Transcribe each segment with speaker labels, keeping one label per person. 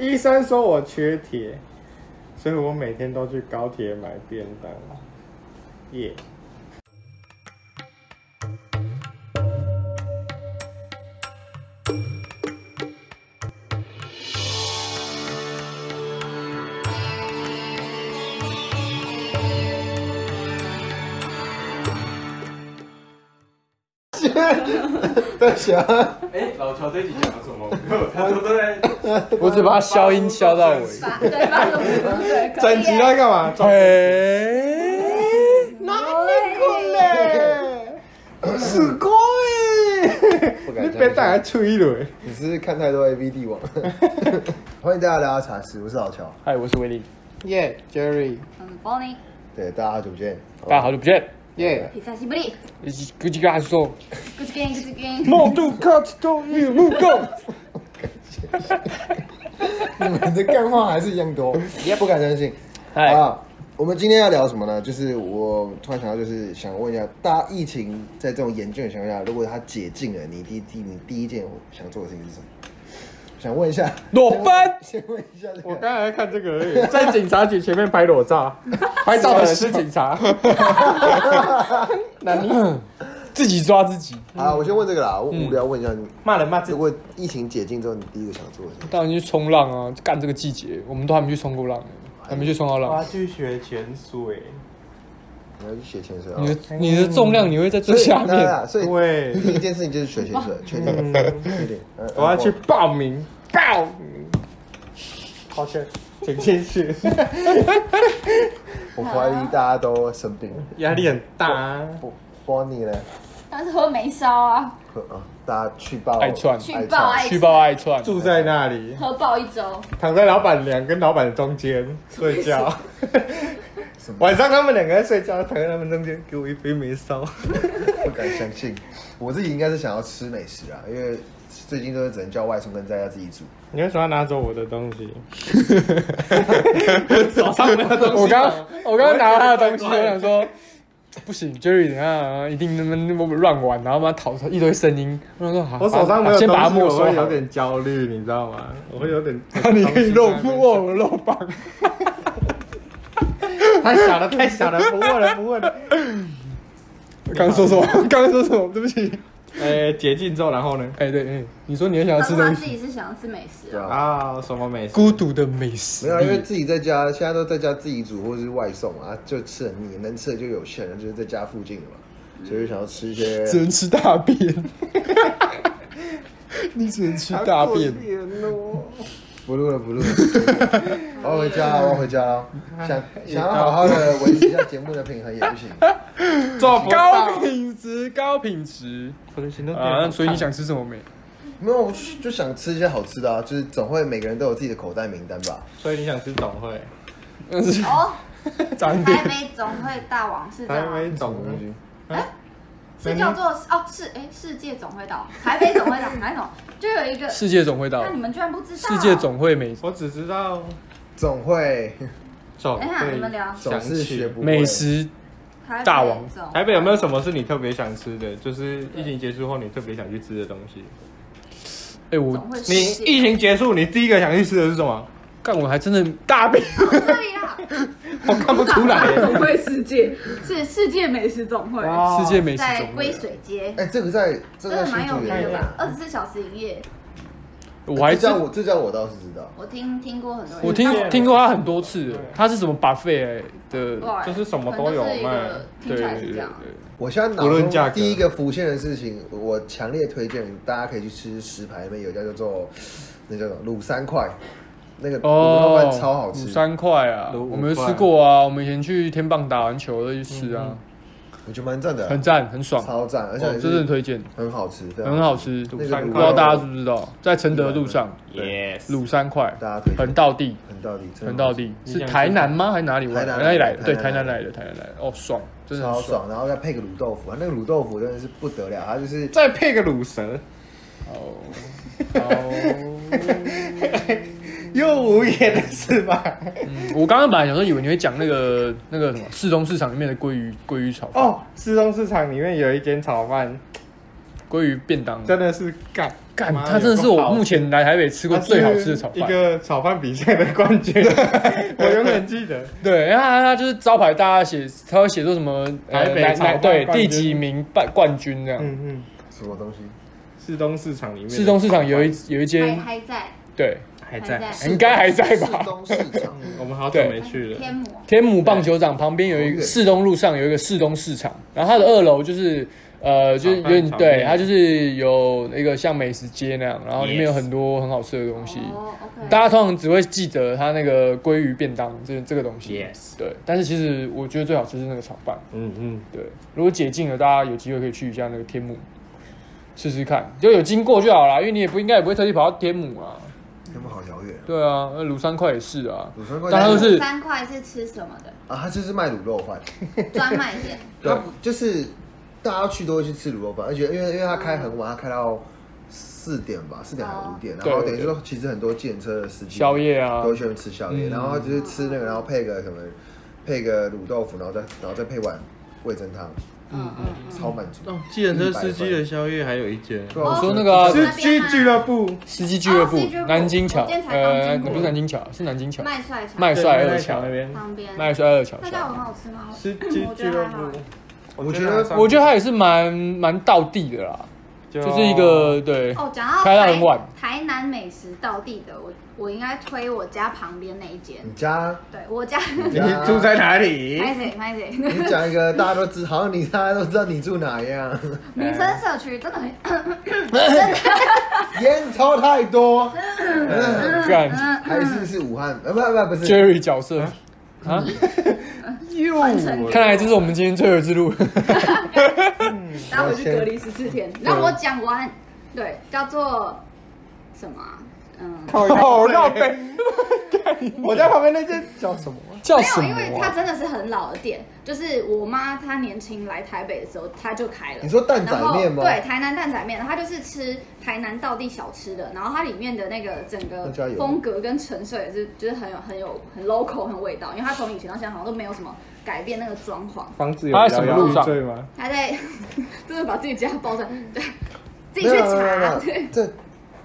Speaker 1: 医生说我缺铁，所以我每天都去高铁买便当。耶、
Speaker 2: 在想，
Speaker 3: 哎，老乔这一集讲了什么？他说都在
Speaker 4: 我只把它消音消到尾。
Speaker 5: 把对把这个对可
Speaker 1: 整
Speaker 5: 以
Speaker 1: 集在干嘛？
Speaker 4: 哎，
Speaker 1: すごい！
Speaker 2: 不敢
Speaker 1: 你别打来吹了。
Speaker 2: 你是不是看太多 A V 帝王？欢迎大家来到茶室，我是老乔。
Speaker 4: 嗨，我是威力，
Speaker 1: 耶、yeah,，Jerry，
Speaker 5: 嗯，Bonnie，
Speaker 2: 对，大家好久不见。
Speaker 4: 大家好久不见。
Speaker 1: 耶、
Speaker 5: 比萨西布利
Speaker 4: 估计跟他说，
Speaker 5: ，Good game，Good game，
Speaker 4: 梦度 cut 终于入够，
Speaker 2: 你们的干话还是一样多，也不敢相信。
Speaker 4: 嗨
Speaker 2: 啊，我们今天要聊什么呢？就是我突然想到，就是想问一下，大家疫情在这种严峻的情况下，如果它解禁了，你第第你第一件想做的事情是什么？想问一下，
Speaker 4: 裸奔
Speaker 2: 先问一下这
Speaker 1: 我
Speaker 2: 个，
Speaker 1: 刚才在看这个而已，在警察局前面拍裸照，拍照的是警察。那你
Speaker 4: 自己抓自己。
Speaker 2: 啊，我先问这个啦，我
Speaker 4: 嗯
Speaker 2: 无聊问一下你，
Speaker 1: 骂人骂自
Speaker 2: 如
Speaker 1: 己，
Speaker 2: 果疫情解禁之后，你第一个想做的事情？
Speaker 4: 当然去冲浪啊，干这个季节，我们都还没去冲过浪，还没去冲到
Speaker 1: 我要
Speaker 4: 浪。
Speaker 1: 去学潜水。
Speaker 2: 你要去学潜水啊？
Speaker 4: 你的你的重量你会在最 下
Speaker 2: 当然
Speaker 4: 面，
Speaker 2: 啦所以
Speaker 1: 对
Speaker 2: 第一件事情就是学潜水，确定，确定。嗯
Speaker 1: 我要去报名，报名。好险，请进去。
Speaker 2: 我怀疑大家都生病了。
Speaker 1: 压力很大、啊。
Speaker 2: 不，Bonnie 呢？
Speaker 5: 但是喝没烧啊，
Speaker 2: 呵啊，大家去报
Speaker 4: 爱串
Speaker 5: 去报爱
Speaker 4: 虚报爱串。
Speaker 1: 住在那里，
Speaker 5: 喝爆一周，
Speaker 1: 躺在老板娘跟老板中间睡觉。晚上他们两个在睡觉，躺在他们中间，给我一杯梅烧。
Speaker 2: 不敢相信。我自己应该是想要吃美食啊，因为最近都是只能叫外送跟在家自己煮。
Speaker 1: 你为什么要拿走我的东 西？
Speaker 4: 我刚我刚刚拿他的东西，我想说不行，Jerry 等下一定那么乱玩，然后把他讨出一堆声音。我想说好，
Speaker 1: 我手上没有
Speaker 4: 先把它
Speaker 1: 东西，
Speaker 4: 没
Speaker 1: 我
Speaker 4: 收
Speaker 1: 会
Speaker 4: 好
Speaker 1: 有。点焦虑，你知道吗？我会有点。
Speaker 4: 你可以露不握我肉棒，
Speaker 1: 太小了，太小了，不问了，不问了。
Speaker 4: 刚刚说什么？ 刚刚说什么？对不起。
Speaker 1: 呃，解禁之后，然后呢？
Speaker 4: 哎，对，哎，你说你很想
Speaker 5: 他
Speaker 4: 要吃
Speaker 5: 说他
Speaker 4: 东
Speaker 5: 自
Speaker 4: 西，
Speaker 5: 己是想要吃美食
Speaker 2: 对
Speaker 5: 啊，
Speaker 2: 啊，
Speaker 1: 啊，什么美食？
Speaker 4: 孤独的美食
Speaker 2: 没。有啊，因为自己在家，现在都在家自己煮或者是外送啊，就吃很腻，能吃的就有限了，就是在家附近的嘛，所以就想要吃一些。
Speaker 4: 只能吃大便。 你只能吃大
Speaker 1: 啊
Speaker 4: 便。
Speaker 2: 不录了，不录了， 我要回家了，我要回家了。 想想要好好的维持一下节目的平衡也不行。
Speaker 1: 做不
Speaker 4: 高
Speaker 1: 到。
Speaker 4: 品质，高品质
Speaker 1: 我的行动
Speaker 4: 啊！所以你想吃什么没？
Speaker 2: 没有，我就想吃一些好吃的啊，就是总会每个人都有自己的口袋名单吧。
Speaker 1: 所以你想吃总会？
Speaker 4: 但是
Speaker 5: 哦，
Speaker 4: 长一
Speaker 5: 台
Speaker 4: 点。
Speaker 5: 北总会大王是这
Speaker 1: 台
Speaker 5: 样吗
Speaker 1: 北？总
Speaker 2: 什么东西？
Speaker 5: 是叫做哦是哎世界总会到台北总会到哪一种？就有一个，
Speaker 4: 世界总会到
Speaker 5: 那，你们居然不知道？啊
Speaker 4: 世界，总会美
Speaker 1: 我只知道
Speaker 2: 总 会
Speaker 1: 总
Speaker 5: 等一哎下你们
Speaker 1: 会。
Speaker 5: 聊
Speaker 2: 总是学不会
Speaker 4: 美。食
Speaker 5: 台北
Speaker 4: 大王
Speaker 5: 总
Speaker 1: 台北有没有什么是你特别想吃的？就是疫情结束后你特别想去吃的东西？
Speaker 4: 哎，我
Speaker 5: 总会
Speaker 1: 你
Speaker 5: 世界
Speaker 1: 疫情结束，你第一个想去吃的是什么？
Speaker 4: 干，我还真的大 便。
Speaker 5: 这里啦，
Speaker 1: 我看不出 来耶。
Speaker 5: 总会世界是世界美食总会，
Speaker 4: 世界美食
Speaker 5: 在
Speaker 4: 总会，
Speaker 5: 龟水街，
Speaker 2: 哎、这个在这
Speaker 5: 真
Speaker 2: 个
Speaker 5: 的
Speaker 2: 在
Speaker 5: 蛮
Speaker 2: 新
Speaker 5: 有
Speaker 2: 竹
Speaker 5: 名
Speaker 2: 也
Speaker 5: 的
Speaker 2: 有
Speaker 5: 吧？二十四小时营业，
Speaker 4: 我还
Speaker 2: 这
Speaker 4: 真
Speaker 2: 家我这家我倒是知道，
Speaker 5: 我听听过很多人，
Speaker 4: 我听
Speaker 1: 世界
Speaker 4: 听过他很多次，他是什么 buffet 的？
Speaker 5: 哇
Speaker 1: 就是什么都有
Speaker 5: 可能就是一个
Speaker 1: 卖
Speaker 4: 对
Speaker 5: 听起
Speaker 4: 对
Speaker 5: 来
Speaker 4: 对
Speaker 5: 是这
Speaker 4: 对
Speaker 5: 样，，
Speaker 2: 我现在脑
Speaker 1: 无论价格
Speaker 2: 中第一个浮现的事情，我强烈推荐大家可以去吃石牌里面有一家叫做那叫什么卤三块，那个卤肉
Speaker 4: 哦，
Speaker 2: 饭超好吃
Speaker 4: 五，三块啊，
Speaker 1: 卤
Speaker 4: 我们有
Speaker 1: 块
Speaker 4: 吃过啊，我们以前去天棒打完球都去吃啊，
Speaker 2: 我觉得蛮赞的，啊
Speaker 4: 很赞，很
Speaker 2: 嗯
Speaker 4: 爽，
Speaker 2: 超赞，而且
Speaker 4: 哦，真的推荐，
Speaker 2: 很好吃，非常
Speaker 4: 很好吃。
Speaker 2: 那
Speaker 4: 不
Speaker 2: 个
Speaker 1: 卤
Speaker 2: 卤
Speaker 4: 知道
Speaker 1: 肉
Speaker 4: 大家知不知道，在承德路上，
Speaker 1: Yes，
Speaker 4: 卤三块，
Speaker 2: 啊大家推荐
Speaker 4: 横道地，
Speaker 2: 很到底，真的
Speaker 4: 横道地
Speaker 1: 你
Speaker 4: 是
Speaker 1: 想吃
Speaker 4: 台南吗？还是哪里？
Speaker 2: 台南
Speaker 4: 哪里来的？
Speaker 2: 台南来
Speaker 4: 对，
Speaker 2: 的
Speaker 4: 台南来的，台南来的。哦，爽，真的
Speaker 2: 超
Speaker 4: 很爽。
Speaker 2: 爽，然后再配个卤豆腐，啊那个卤豆腐真的是不得了，它就是
Speaker 1: 再配个卤蛇，
Speaker 4: 哦，哦
Speaker 1: 又无言了是吧？
Speaker 4: 嗯 我刚刚本来想说，以为你会讲那个那个什么
Speaker 2: 哦
Speaker 4: 市中市场里面的鲑鱼鲑鱼炒饭，
Speaker 1: 哦，市中市场里面有一间炒饭，
Speaker 4: 鲑鱼便当，
Speaker 1: 真的是干
Speaker 4: 干，
Speaker 1: 妈
Speaker 4: 它真的是
Speaker 1: 有够
Speaker 4: 我
Speaker 1: 好
Speaker 4: 目前来台北吃过
Speaker 1: 它是
Speaker 4: 最好吃的炒
Speaker 1: 一
Speaker 4: 饭。
Speaker 1: 个炒饭比赛的冠 军，我永远记得。
Speaker 4: 对，然后它它就是招牌，大家写，它会写作什么呃
Speaker 1: 台北
Speaker 4: 哪
Speaker 1: 炒饭
Speaker 4: 哪对
Speaker 1: 冠
Speaker 4: 第
Speaker 1: 军
Speaker 4: 几名冠冠军这样。
Speaker 1: 嗯嗯，
Speaker 2: 什么东西？
Speaker 1: 市东市场里面的
Speaker 4: 市中市场有一有一
Speaker 5: 还
Speaker 4: 间，
Speaker 5: 还在，
Speaker 4: 对，
Speaker 1: 还
Speaker 5: 在
Speaker 1: 在，
Speaker 4: 哎应该还在吧
Speaker 2: 市东市场，
Speaker 1: 我们好久没去了。
Speaker 5: 天母，
Speaker 4: 天母棒球场旁边有一
Speaker 2: 好
Speaker 4: 个
Speaker 2: 远
Speaker 4: 市东路上有一个市东市场，然后它的二楼就是呃，就是有
Speaker 1: 炒
Speaker 4: 点
Speaker 1: 饭
Speaker 4: 对，
Speaker 1: 炒面
Speaker 4: 它就是有那个像美食街那样，然后里面
Speaker 1: Yes
Speaker 4: 有很多很好吃的东西。
Speaker 5: 哦，OK，
Speaker 4: 大家通常只会记得它那个鲑鱼便当这这个东西
Speaker 1: Yes
Speaker 4: 对。但是其实我觉得最好吃是那个炒饭，
Speaker 1: 嗯嗯，
Speaker 4: 对。如果解禁了，大家有机会可以去一下那个天母，试试看，就有经过就好啦，因为你也不应该也不会特地跑到天母啊，
Speaker 2: 那么好遥远啊。
Speaker 4: 对啊，那庐山块也是啊，
Speaker 2: 卤酸块
Speaker 4: 大家都是
Speaker 5: 三块是吃什么的？
Speaker 2: 啊，他就是卖卤肉饭，
Speaker 5: 专卖店，
Speaker 4: 对
Speaker 2: 他不就是大家去都会去吃卤肉饭，而且因为因为他开很晚，他开到四点吧，四点还
Speaker 5: 哦
Speaker 2: 五点，然
Speaker 4: 对
Speaker 2: 后
Speaker 4: 对
Speaker 2: 等于说其实很多计程车的司机
Speaker 4: 宵夜啊
Speaker 2: 都，会喜欢吃宵夜，
Speaker 4: 嗯
Speaker 2: 然后就是吃那个，然后配个什么，配个卤豆腐，然后再然后再配碗味噌汤，
Speaker 5: 嗯嗯嗯，
Speaker 2: 超满足。
Speaker 1: 哦，计程车司机的宵夜还有一间，
Speaker 2: 对
Speaker 5: 哦
Speaker 2: 啊
Speaker 4: 你说那个啊
Speaker 5: 是
Speaker 1: 是去俱乐部，
Speaker 4: 司机俱乐部
Speaker 5: 哦司机俱乐，部
Speaker 4: 南京桥
Speaker 5: 我今天，才刚
Speaker 4: 呃，
Speaker 5: 经过
Speaker 4: 不是南京桥，是南京桥，
Speaker 5: 麦帅桥
Speaker 4: 麦帅二
Speaker 1: 桥
Speaker 4: 桥
Speaker 1: 那，边，
Speaker 5: 旁边，
Speaker 4: 麦帅二桥
Speaker 5: 那家
Speaker 4: 下
Speaker 5: 有很好吃吗？
Speaker 1: 司机
Speaker 5: 嗯我
Speaker 1: 俱
Speaker 5: 觉
Speaker 1: 乐
Speaker 5: 得还好
Speaker 1: 部，，
Speaker 2: 我觉得
Speaker 4: 我觉得它也是蛮蛮道地的啦，
Speaker 1: 就
Speaker 4: 就是一个对，
Speaker 5: 啊哦，讲到
Speaker 4: 开到
Speaker 5: 台
Speaker 4: 很晚
Speaker 5: 台南美食道地的，我我应该推我家旁边那一间。
Speaker 4: 嗯
Speaker 2: 你家
Speaker 5: 对我家，
Speaker 1: 你住在哪里？
Speaker 5: 拍谁拍谁，
Speaker 2: 你讲一个大家都知，好像你大家都知道你住哪一样，
Speaker 5: 民生社区真的很，
Speaker 4: 哦
Speaker 2: 烟抽太多，
Speaker 4: 嗯
Speaker 5: 嗯
Speaker 4: 干
Speaker 2: 还是是武汉？呃，不不不是，
Speaker 4: Jerry 角色
Speaker 5: 嗯
Speaker 4: 啊，
Speaker 1: 又
Speaker 4: 看来这是我们今天最后之路，
Speaker 5: 然后我去隔离十四天。那我讲完，对，叫做什么啊？嗯，
Speaker 1: 好哦绕 背。我家旁边那间叫什么？
Speaker 4: 叫
Speaker 5: 没
Speaker 4: 什
Speaker 5: 有，
Speaker 4: 么
Speaker 5: 因为它
Speaker 4: 啊？
Speaker 5: 真的是很老的店，就是我妈她年轻来台北的时候，她就开了。
Speaker 2: 你说蛋仔面吗
Speaker 5: 然后对，台南蛋仔面，它就是吃台南道地小吃的，然后它里面的那个整个
Speaker 2: 那家有吗
Speaker 5: 风格跟陈设也是，就是很有很有很 local 很有味道，因为它从以前到现在好像都没有什么改变那个装潢，
Speaker 1: 房子
Speaker 4: 有它在什么路上摇摇
Speaker 1: 对
Speaker 4: 欲
Speaker 1: 吗？
Speaker 5: 它在 真的把自己家包成，对，自
Speaker 2: 没
Speaker 5: 己
Speaker 2: 有
Speaker 5: 去
Speaker 2: 没有没有
Speaker 5: 查，
Speaker 2: 没有
Speaker 5: 对，
Speaker 2: 这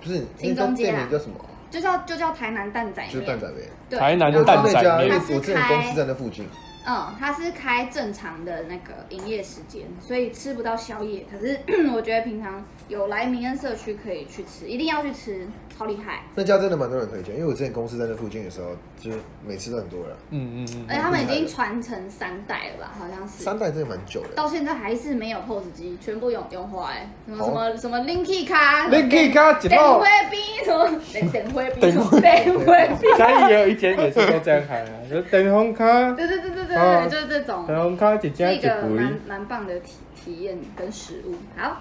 Speaker 2: 不是那
Speaker 5: 新
Speaker 2: 家
Speaker 5: 中街
Speaker 2: 店
Speaker 5: 啦
Speaker 2: 名叫什么？
Speaker 5: 就叫就叫台南蛋仔面，
Speaker 2: 就是蛋仔面。
Speaker 5: 对，
Speaker 4: 台南
Speaker 5: 然后
Speaker 4: 蛋
Speaker 2: 那
Speaker 4: 仔
Speaker 2: 家，因为
Speaker 4: 面
Speaker 5: 它
Speaker 2: 我
Speaker 5: 是
Speaker 2: 之前公
Speaker 5: 开
Speaker 2: 司在那附近，
Speaker 5: 嗯，它是开正常的那个营业时间，所以吃不到宵夜。可是 我觉得平常有来民恩社区可以去吃，一定要去吃，超厉害。
Speaker 2: 那家真的蛮多人推荐，因为我之前公司在那附近的时候，就是每次都很多人。
Speaker 4: 嗯嗯嗯，
Speaker 5: 而且他们已经传承三代了吧？好像是，
Speaker 2: 三代真的蛮久的，
Speaker 5: 到现在还是没有 POS 机，全部用用花哎，什么
Speaker 2: 好
Speaker 5: 什么什么 Linky 卡
Speaker 1: Linky 卡一
Speaker 5: 等
Speaker 1: 包
Speaker 5: 灰冰什么等等灰冰什么等灰冰，
Speaker 1: 嘉义也有一间也是都这样喊啊，就等红卡，
Speaker 5: 对对对对对
Speaker 1: 哦
Speaker 5: 对，就是这种，
Speaker 1: 等红卡一家
Speaker 5: 是
Speaker 1: 一
Speaker 5: 一个蛮
Speaker 1: 杯。
Speaker 5: 蛮棒的体体验跟食物。好，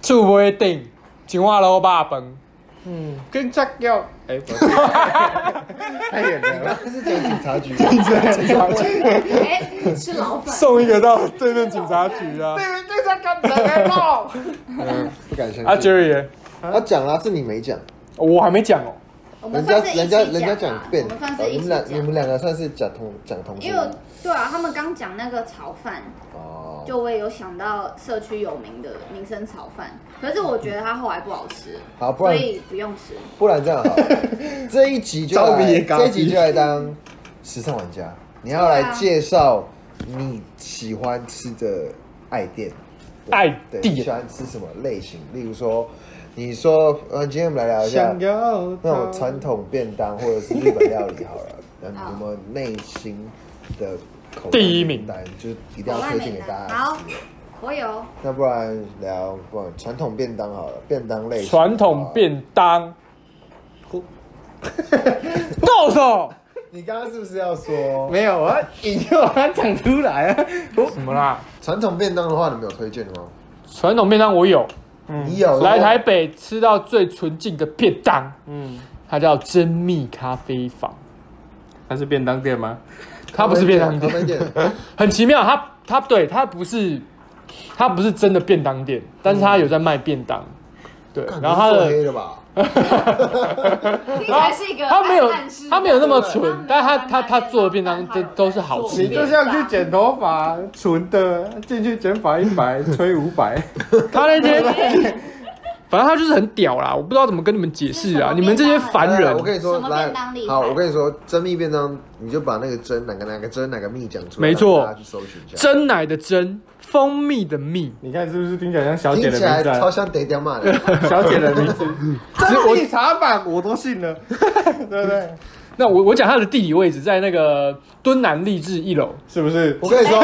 Speaker 4: 厝不定，一碗老爸饭，
Speaker 1: 嗯，跟炸药，哎，不是太远 了。
Speaker 2: 但是讲警察局，
Speaker 5: 哎， 吃老粉。
Speaker 4: 送一个到对面警察局啊。
Speaker 1: 对在干什么？
Speaker 2: 嗯不敢相
Speaker 4: 啊
Speaker 2: 信。
Speaker 4: ，Jerry，耶
Speaker 2: 他讲啊啦，是你没讲，
Speaker 4: 我还没讲哦，
Speaker 5: 我们
Speaker 2: 人家
Speaker 5: 算是一
Speaker 2: 人
Speaker 5: 起
Speaker 2: 家
Speaker 5: 讲
Speaker 2: 人家讲
Speaker 5: 吧
Speaker 2: 变，
Speaker 5: 我们算
Speaker 2: 哦
Speaker 5: 是一
Speaker 2: 你
Speaker 5: 起
Speaker 2: 们
Speaker 5: 讲
Speaker 2: 两，你们两个算是讲同讲同
Speaker 5: 因
Speaker 2: 声
Speaker 5: 为我对啊，他们刚讲那个炒饭，
Speaker 2: 哦，
Speaker 5: 就我也有想到社区有名的民生炒饭，可是我觉得它后来不好吃，
Speaker 2: 好不
Speaker 5: 所
Speaker 2: 然
Speaker 5: 以不用吃。
Speaker 2: 不然这样 好了，这一集就
Speaker 1: 招
Speaker 2: 来
Speaker 1: 比嘎比
Speaker 2: 这一集就来当时尚玩家，你要
Speaker 5: 对
Speaker 2: 来
Speaker 5: 啊
Speaker 2: 介绍你喜欢吃的爱店，对
Speaker 4: 爱
Speaker 2: 对
Speaker 4: 店
Speaker 2: 你喜欢吃什么类型？例如说，你说，呃，今天我们来聊一下
Speaker 1: 想要
Speaker 2: 那种传统便当或者是日本料理好了，那你有没有内心的口袋
Speaker 4: 第一名
Speaker 2: 名单，就是一定要推荐给大家
Speaker 5: 好
Speaker 2: 吃的？，
Speaker 5: 我有
Speaker 2: 那不然聊不然传统便当好了，便当类型
Speaker 4: 传统
Speaker 2: 好了
Speaker 4: 便当，哦 动手，
Speaker 2: 你刚刚是不是要说
Speaker 1: 没有，我要引诱他讲出来啊！
Speaker 4: 什么啦？
Speaker 2: 传统便当的话，你们有推荐的吗？
Speaker 4: 传统便当我有，
Speaker 2: 你有
Speaker 4: 嗯来台，北吃到最纯净的便当，
Speaker 1: 嗯，
Speaker 4: 它叫珍蜜咖啡坊，
Speaker 1: 它是便当店吗？
Speaker 4: 它不是便当
Speaker 2: 咖啡
Speaker 4: 店，
Speaker 2: 店，
Speaker 4: 很奇妙，它它对它不是它不是真的便当店，但是它有在卖便当，对，然后它
Speaker 2: 是
Speaker 4: 的
Speaker 2: 黑的吧？
Speaker 5: 听起来是一个
Speaker 4: 他没有
Speaker 5: 暗示，
Speaker 4: 他没有那么 蠢，但他他他做的便当
Speaker 5: 他
Speaker 4: 都
Speaker 5: 有
Speaker 4: 都是好
Speaker 1: 你
Speaker 4: 吃
Speaker 1: 就
Speaker 4: 的。
Speaker 1: 像去剪头发，纯的进去剪发一百，吹五百，
Speaker 4: 他那天，反正他就是很屌啦，我不知道怎么跟你们解释啊，你们这些凡
Speaker 2: 来来
Speaker 4: 人
Speaker 2: 哎我。跟你说，
Speaker 5: 什么
Speaker 2: 来
Speaker 5: 便当厉，害
Speaker 2: 好，我跟你说，蒸蜜便当，你就把那个蒸哪个哪个蒸哪个蜜讲出来，
Speaker 4: 没错
Speaker 2: 大家去搜寻一下。
Speaker 4: 真奶的真，蜂蜜的蜜，
Speaker 1: 你看是不是听起来像小姐
Speaker 2: 听
Speaker 1: 的
Speaker 2: 起来
Speaker 1: 名字
Speaker 2: 超
Speaker 1: 啊？
Speaker 2: 像爹爹骂的，
Speaker 1: 小姐的名字，真理茶版我都信了，对不对？
Speaker 4: 那我我讲它的地理位置，在那个敦南励志一楼。
Speaker 1: 是不是？
Speaker 2: 我 跟你说，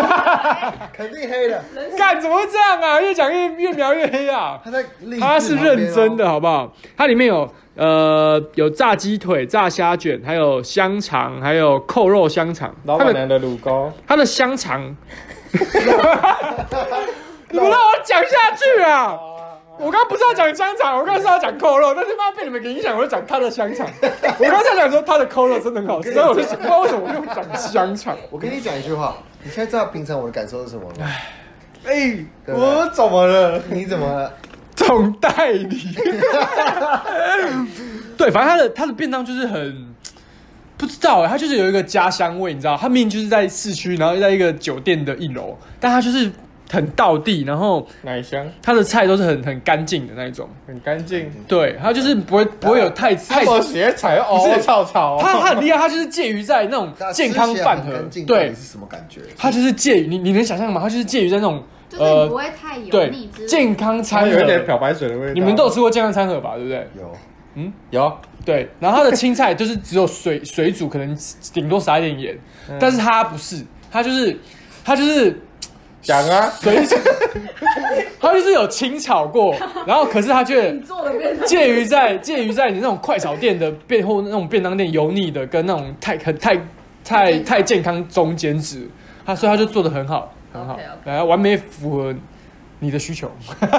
Speaker 2: 肯定黑的，
Speaker 4: 干，怎么会这样啊？越讲越越描越黑啊！
Speaker 2: 他在励志
Speaker 4: 它是
Speaker 2: 旁边哦
Speaker 4: 认真的，，好不好？它里面有呃有炸鸡腿、炸虾卷，还有香肠，还有扣肉香肠。
Speaker 1: 老
Speaker 4: 它
Speaker 1: 板
Speaker 4: 的
Speaker 1: 娘的乳沟，
Speaker 4: 它的香肠，你们让我讲下去啊！我刚刚不是要讲香肠，我刚刚是要讲扣肉，但是妈被你们给影响，我就讲它的香肠。我刚才讲说它的扣肉真的很好吃，所以我就想不知道为什么我又讲香肠。
Speaker 2: 我跟你讲一句话，你现在知道平常我的感受是什么吗？
Speaker 1: 哎，
Speaker 2: 对不对
Speaker 1: 我怎么了？
Speaker 2: 你怎么了？
Speaker 4: 总代理。对，反正他的他的便当就是很不知道哎，他就是有一个家乡味，你知道，他明明就是在市区，然后又在一个酒店的一楼，但他就是很道地，然后
Speaker 1: 奶香
Speaker 4: 他的菜都是很很干净的那一种。
Speaker 1: 很干净，
Speaker 4: 对，他就是不会不会有太太。
Speaker 1: 我学才哦，草草，
Speaker 4: 他他很厉害，他就是介于在那种
Speaker 2: 大家
Speaker 4: 健康
Speaker 2: 吃起来
Speaker 4: 饭
Speaker 2: 很
Speaker 4: 盒
Speaker 2: 干净，到
Speaker 4: 对
Speaker 2: 底，是什么感觉？
Speaker 4: 他就是介于你你能想象吗？他就是介于在那种
Speaker 5: 就是你不会太油
Speaker 4: 呃对
Speaker 5: 腻之类
Speaker 4: 健康
Speaker 1: 它
Speaker 4: 餐
Speaker 1: 有一点
Speaker 4: 盒，
Speaker 1: 漂白水的味道。
Speaker 4: 你们都有吃过健康餐盒吧？对不对？
Speaker 2: 有，
Speaker 1: 有
Speaker 4: 对，然后它的青菜就是只有水水煮，可能顶多撒一点盐，
Speaker 2: 嗯
Speaker 4: 但是它不是，它就是它就是
Speaker 1: 讲啊？
Speaker 4: 水煮， 它就是有清炒过，然后可是它却
Speaker 5: 做的 变成
Speaker 4: 介于在介于在你那种快炒店的便或那种便当店油腻的跟那种太很太太太健康中间值，它所以它就做的很好很好
Speaker 5: OK，OK，
Speaker 4: 来完美符合你的需求，
Speaker 5: 更快